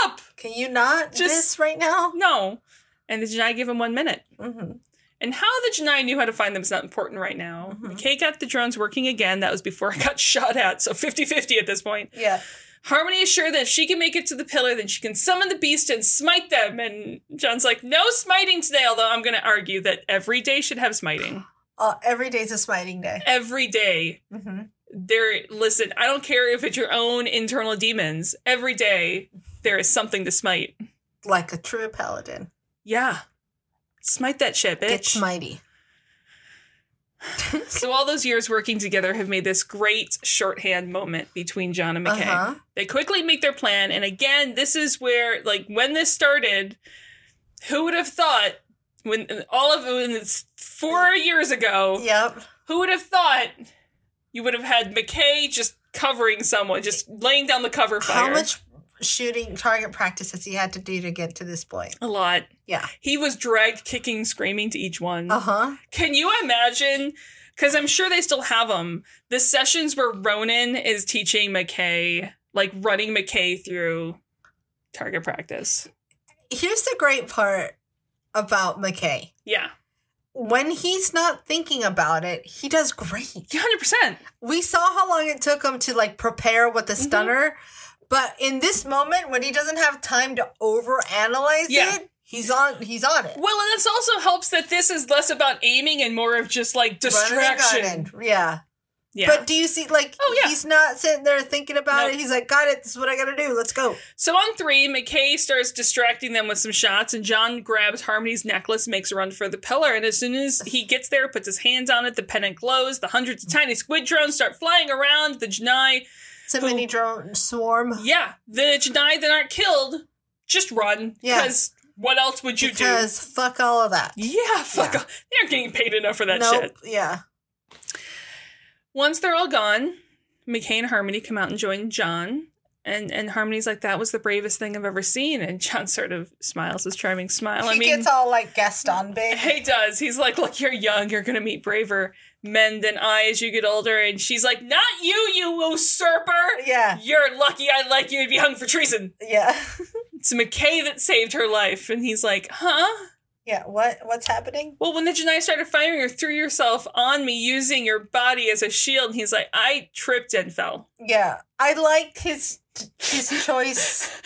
[SPEAKER 2] up!
[SPEAKER 3] Can you not
[SPEAKER 2] Just-
[SPEAKER 3] this right now?
[SPEAKER 2] No. And the Janai give him one minute.
[SPEAKER 3] hmm
[SPEAKER 2] And how the Janai knew how to find them is not important right now.
[SPEAKER 3] Mhm.
[SPEAKER 2] McKay got the drones working again. That was before I got [LAUGHS] shot at, so 50 50 at this point.
[SPEAKER 3] Yeah.
[SPEAKER 2] Harmony is sure that if she can make it to the pillar, then she can summon the beast and smite them. And John's like, no smiting today, although I'm going to argue that every day should have smiting.
[SPEAKER 3] Uh, every day's a smiting day.
[SPEAKER 2] Every day.
[SPEAKER 3] hmm
[SPEAKER 2] There, listen, I don't care if it's your own internal demons. Every day, there is something to smite.
[SPEAKER 3] Like a true paladin.
[SPEAKER 2] Yeah. Smite that shit, bitch.
[SPEAKER 3] Get smitey.
[SPEAKER 2] So all those years working together have made this great shorthand moment between John and McKay.
[SPEAKER 3] Uh-huh.
[SPEAKER 2] They quickly make their plan, and again, this is where, like, when this started, who would have thought when all of when it's four years ago,
[SPEAKER 3] Yep.
[SPEAKER 2] who would have thought you would have had McKay just covering someone, just laying down the cover fire?
[SPEAKER 3] How much shooting target practice has he had to do to get to this point?
[SPEAKER 2] A lot.
[SPEAKER 3] Yeah.
[SPEAKER 2] He was dragged kicking, screaming to each one.
[SPEAKER 3] Uh huh.
[SPEAKER 2] Can you imagine? Because I'm sure they still have them. The sessions where Ronan is teaching McKay, like running McKay through target practice.
[SPEAKER 3] Here's the great part about McKay.
[SPEAKER 2] Yeah,
[SPEAKER 3] When he's not thinking about it, he does great.
[SPEAKER 2] yeah, hundred percent.
[SPEAKER 3] we saw how long it took him to like prepare with the
[SPEAKER 2] Mm-hmm.
[SPEAKER 3] stunner but in this moment when he doesn't have time to overanalyze
[SPEAKER 2] Yeah.
[SPEAKER 3] it he's on he's on it
[SPEAKER 2] Well, and this also helps that this is less about aiming and more of just like
[SPEAKER 3] Running
[SPEAKER 2] distraction.
[SPEAKER 3] and gunning. yeah.
[SPEAKER 2] Yeah.
[SPEAKER 3] but do you see like
[SPEAKER 2] Oh, yeah.
[SPEAKER 3] he's not sitting there thinking about
[SPEAKER 2] Nope.
[SPEAKER 3] it he's like got it this is what i gotta do let's go
[SPEAKER 2] so on three, McKay starts distracting them with some shots, and John grabs Harmony's necklace, makes a run for the pillar, and as soon as he gets there, puts his hands on it, the pendant glows, the hundreds of tiny squid drones start flying around, the Janai
[SPEAKER 3] it's a
[SPEAKER 2] Who-
[SPEAKER 3] mini drone swarm
[SPEAKER 2] Yeah, the Jedi that aren't killed just run.
[SPEAKER 3] Yeah.
[SPEAKER 2] Because what else would you
[SPEAKER 3] because fuck all of that
[SPEAKER 2] do? Yeah, fuck
[SPEAKER 3] Yeah.
[SPEAKER 2] off. They aren't getting paid enough for that
[SPEAKER 3] nope
[SPEAKER 2] shit.
[SPEAKER 3] yeah
[SPEAKER 2] Once they're all gone, McKay and Harmony come out and join John. And and Harmony's like, that was the bravest thing I've ever seen. And John sort of smiles his charming smile.
[SPEAKER 3] he
[SPEAKER 2] I mean,
[SPEAKER 3] gets all like gaston big
[SPEAKER 2] he does. He's like, look, you're young. You're going to meet braver men than I as you get older. And she's like, not you, you usurper.
[SPEAKER 3] yeah
[SPEAKER 2] You're lucky I like you to be hung for treason.
[SPEAKER 3] yeah [LAUGHS]
[SPEAKER 2] It's McKay that saved her life. And he's like, huh?
[SPEAKER 3] yeah what what's happening
[SPEAKER 2] Well, when the Janai started firing, you threw yourself on me using your body as a shield. And he's like, I tripped and fell.
[SPEAKER 3] Yeah, I like his his choice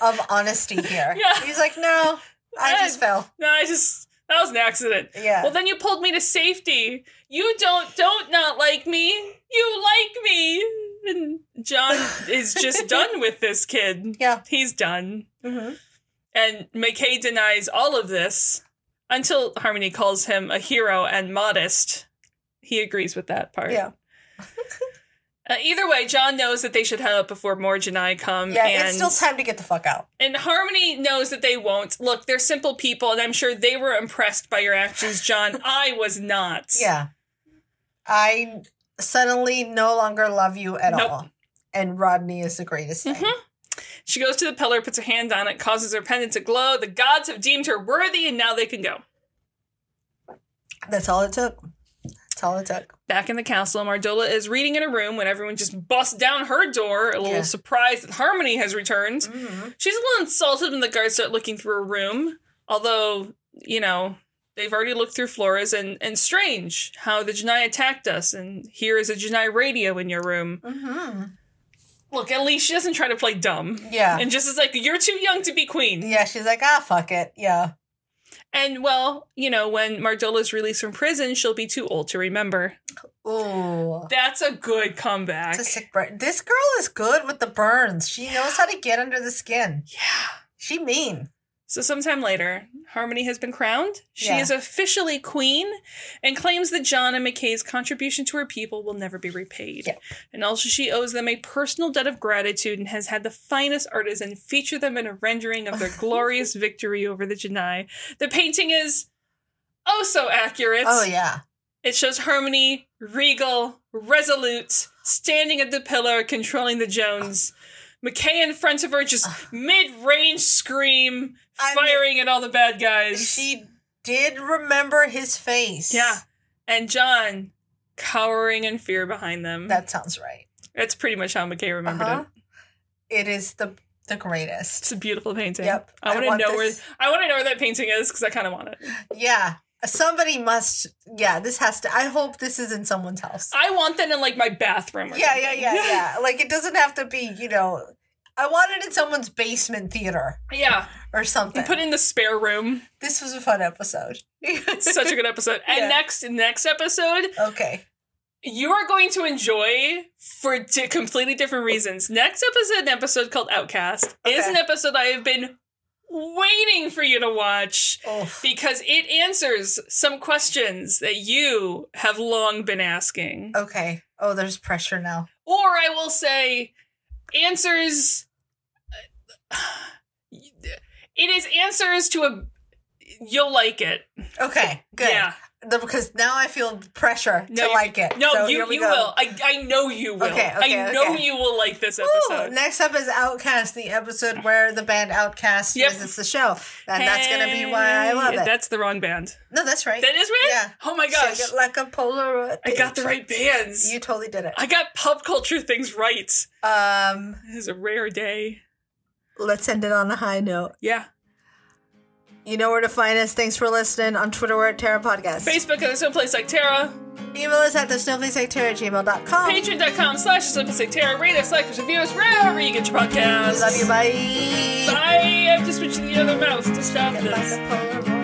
[SPEAKER 2] [LAUGHS]
[SPEAKER 3] of honesty here.
[SPEAKER 2] Yeah.
[SPEAKER 3] He's like, no, I just fell.
[SPEAKER 2] No, I just, that was an accident.
[SPEAKER 3] Yeah,
[SPEAKER 2] Well, then you pulled me to safety. You don't, don't not like me. You like me. And John is just
[SPEAKER 3] [LAUGHS]
[SPEAKER 2] done with this kid.
[SPEAKER 3] Yeah.
[SPEAKER 2] He's done.
[SPEAKER 3] hmm
[SPEAKER 2] And McKay denies all of this until Harmony calls him a hero and modest. He agrees with that part.
[SPEAKER 3] yeah,
[SPEAKER 2] Uh, either way, John knows that they should head out before more Janai come.
[SPEAKER 3] yeah.
[SPEAKER 2] Um, and,
[SPEAKER 3] it's still time to get the fuck out.
[SPEAKER 2] and Harmony knows that they won't. Look, they're simple people, and I'm sure they were impressed by your actions,
[SPEAKER 3] [LAUGHS]
[SPEAKER 2] John. I was not.
[SPEAKER 3] Yeah, I suddenly no longer love you at
[SPEAKER 2] Nope. Mm-hmm.
[SPEAKER 3] all, and Rodney is the greatest thing.
[SPEAKER 2] She goes to the pillar, puts her hand on it, causes her pendant to glow. The gods have deemed her worthy, and now they can go.
[SPEAKER 3] That's all it took. That's all it took.
[SPEAKER 2] Back in the castle, Mardola is reading in a room when everyone just busts down her door, a little
[SPEAKER 3] Yeah.
[SPEAKER 2] surprised that Harmony has returned.
[SPEAKER 3] Mhm.
[SPEAKER 2] She's a little insulted when the guards start looking through her room, although, you know, they've already looked through Flora's and, and strange how the Janai attacked us, and here is a Janai radio in your room.
[SPEAKER 3] Mhm.
[SPEAKER 2] Look, at least she doesn't try to play dumb.
[SPEAKER 3] Yeah.
[SPEAKER 2] And just is like, you're too young to be queen.
[SPEAKER 3] Yeah, she's like, ah, fuck it. Yeah.
[SPEAKER 2] And well, you know, when Mardola's released from prison, she'll be too old to remember.
[SPEAKER 3] Ooh.
[SPEAKER 2] That's a good comeback.
[SPEAKER 3] It's a sick burn. This girl is good with the burns. She knows how to get under the skin.
[SPEAKER 2] yeah.
[SPEAKER 3] She mean.
[SPEAKER 2] So, sometime later, Harmony has been crowned. She
[SPEAKER 3] Yeah.
[SPEAKER 2] is officially queen and claims that John and McKay's contribution to her people will never be repaid.
[SPEAKER 3] Yeah.
[SPEAKER 2] And also, she owes them a personal debt of gratitude and has had the finest artisan feature them in a rendering
[SPEAKER 3] [LAUGHS]
[SPEAKER 2] of their glorious victory over the Janai. The painting is oh so accurate.
[SPEAKER 3] oh yeah.
[SPEAKER 2] It shows Harmony, regal, resolute, standing at the pillar, controlling the Jones. McKay in front of her, just mid range scream,
[SPEAKER 3] I mean-
[SPEAKER 2] firing at all the bad guys.
[SPEAKER 3] She did remember his face.
[SPEAKER 2] yeah. And John cowering in fear behind them.
[SPEAKER 3] That sounds right.
[SPEAKER 2] That's pretty much how McKay remembered
[SPEAKER 3] Uh-huh.
[SPEAKER 2] it.
[SPEAKER 3] It is the the greatest.
[SPEAKER 2] It's a beautiful painting.
[SPEAKER 3] Yep.
[SPEAKER 2] I
[SPEAKER 3] I
[SPEAKER 2] want to
[SPEAKER 3] want
[SPEAKER 2] know
[SPEAKER 3] this.
[SPEAKER 2] where I want to know where that painting is because I kind of want it.
[SPEAKER 3] Yeah. Somebody must yeah, this has to I hope this is in someone's house.
[SPEAKER 2] I want that in like my bathroom. Or
[SPEAKER 3] Yeah, yeah,
[SPEAKER 2] something.
[SPEAKER 3] yeah, yeah. Like it doesn't have to be, you know, I want it in someone's basement theater
[SPEAKER 2] [LAUGHS] yeah.
[SPEAKER 3] or something.
[SPEAKER 2] And put it in the spare room.
[SPEAKER 3] this was a fun
[SPEAKER 2] [LAUGHS]
[SPEAKER 3] episode.
[SPEAKER 2] It's such a good
[SPEAKER 3] [LAUGHS]
[SPEAKER 2] episode. And
[SPEAKER 3] Yeah.
[SPEAKER 2] next next episode,
[SPEAKER 3] okay.
[SPEAKER 2] you are going to enjoy for di- completely different reasons. Next episode, an episode called Outcast, is
[SPEAKER 3] Okay.
[SPEAKER 2] an episode I have been waiting for you to watch
[SPEAKER 3] Oh.
[SPEAKER 2] because it answers some questions that you have long been asking.
[SPEAKER 3] Okay. Oh, there's pressure now.
[SPEAKER 2] Or I will say, answers. It is answers to a. You'll like it.
[SPEAKER 3] Okay. Good.
[SPEAKER 2] Yeah.
[SPEAKER 3] The- because now I feel pressure
[SPEAKER 2] No,
[SPEAKER 3] to
[SPEAKER 2] you-
[SPEAKER 3] like it.
[SPEAKER 2] No,
[SPEAKER 3] So
[SPEAKER 2] you,
[SPEAKER 3] here we
[SPEAKER 2] you
[SPEAKER 3] go.
[SPEAKER 2] will. I, I know you will.
[SPEAKER 3] Okay, okay,
[SPEAKER 2] I know
[SPEAKER 3] okay.
[SPEAKER 2] you will like this
[SPEAKER 3] Woo!
[SPEAKER 2] episode.
[SPEAKER 3] Next up is Outcast, the episode where the band Outcast
[SPEAKER 2] Yep.
[SPEAKER 3] visits the show, and that's gonna be why I love
[SPEAKER 2] Hey,
[SPEAKER 3] it.
[SPEAKER 2] That's the wrong band.
[SPEAKER 3] no, that's right.
[SPEAKER 2] That is right.
[SPEAKER 3] Yeah.
[SPEAKER 2] Oh my
[SPEAKER 3] Shake
[SPEAKER 2] gosh,
[SPEAKER 3] it like a Polaroid.
[SPEAKER 2] I got the right bands.
[SPEAKER 3] You totally did it.
[SPEAKER 2] I got pop culture things right.
[SPEAKER 3] Um,
[SPEAKER 2] It is a rare day.
[SPEAKER 3] let's end it on a high note.
[SPEAKER 2] Yeah.
[SPEAKER 3] You know where to find us. Thanks for listening. On Twitter, we're at Terra Podcast.
[SPEAKER 2] Facebook and there's no place like Terra.
[SPEAKER 3] Email us at the snowflake at gmail.com.
[SPEAKER 2] Patreon.com slash there's no place like Terra. Rate us, like us, review us wherever you get your podcasts.
[SPEAKER 3] We love you. Bye.
[SPEAKER 2] Bye. I have to switch to the other mouse to stop
[SPEAKER 3] Shake it
[SPEAKER 2] this.
[SPEAKER 3] Like a Polaroid.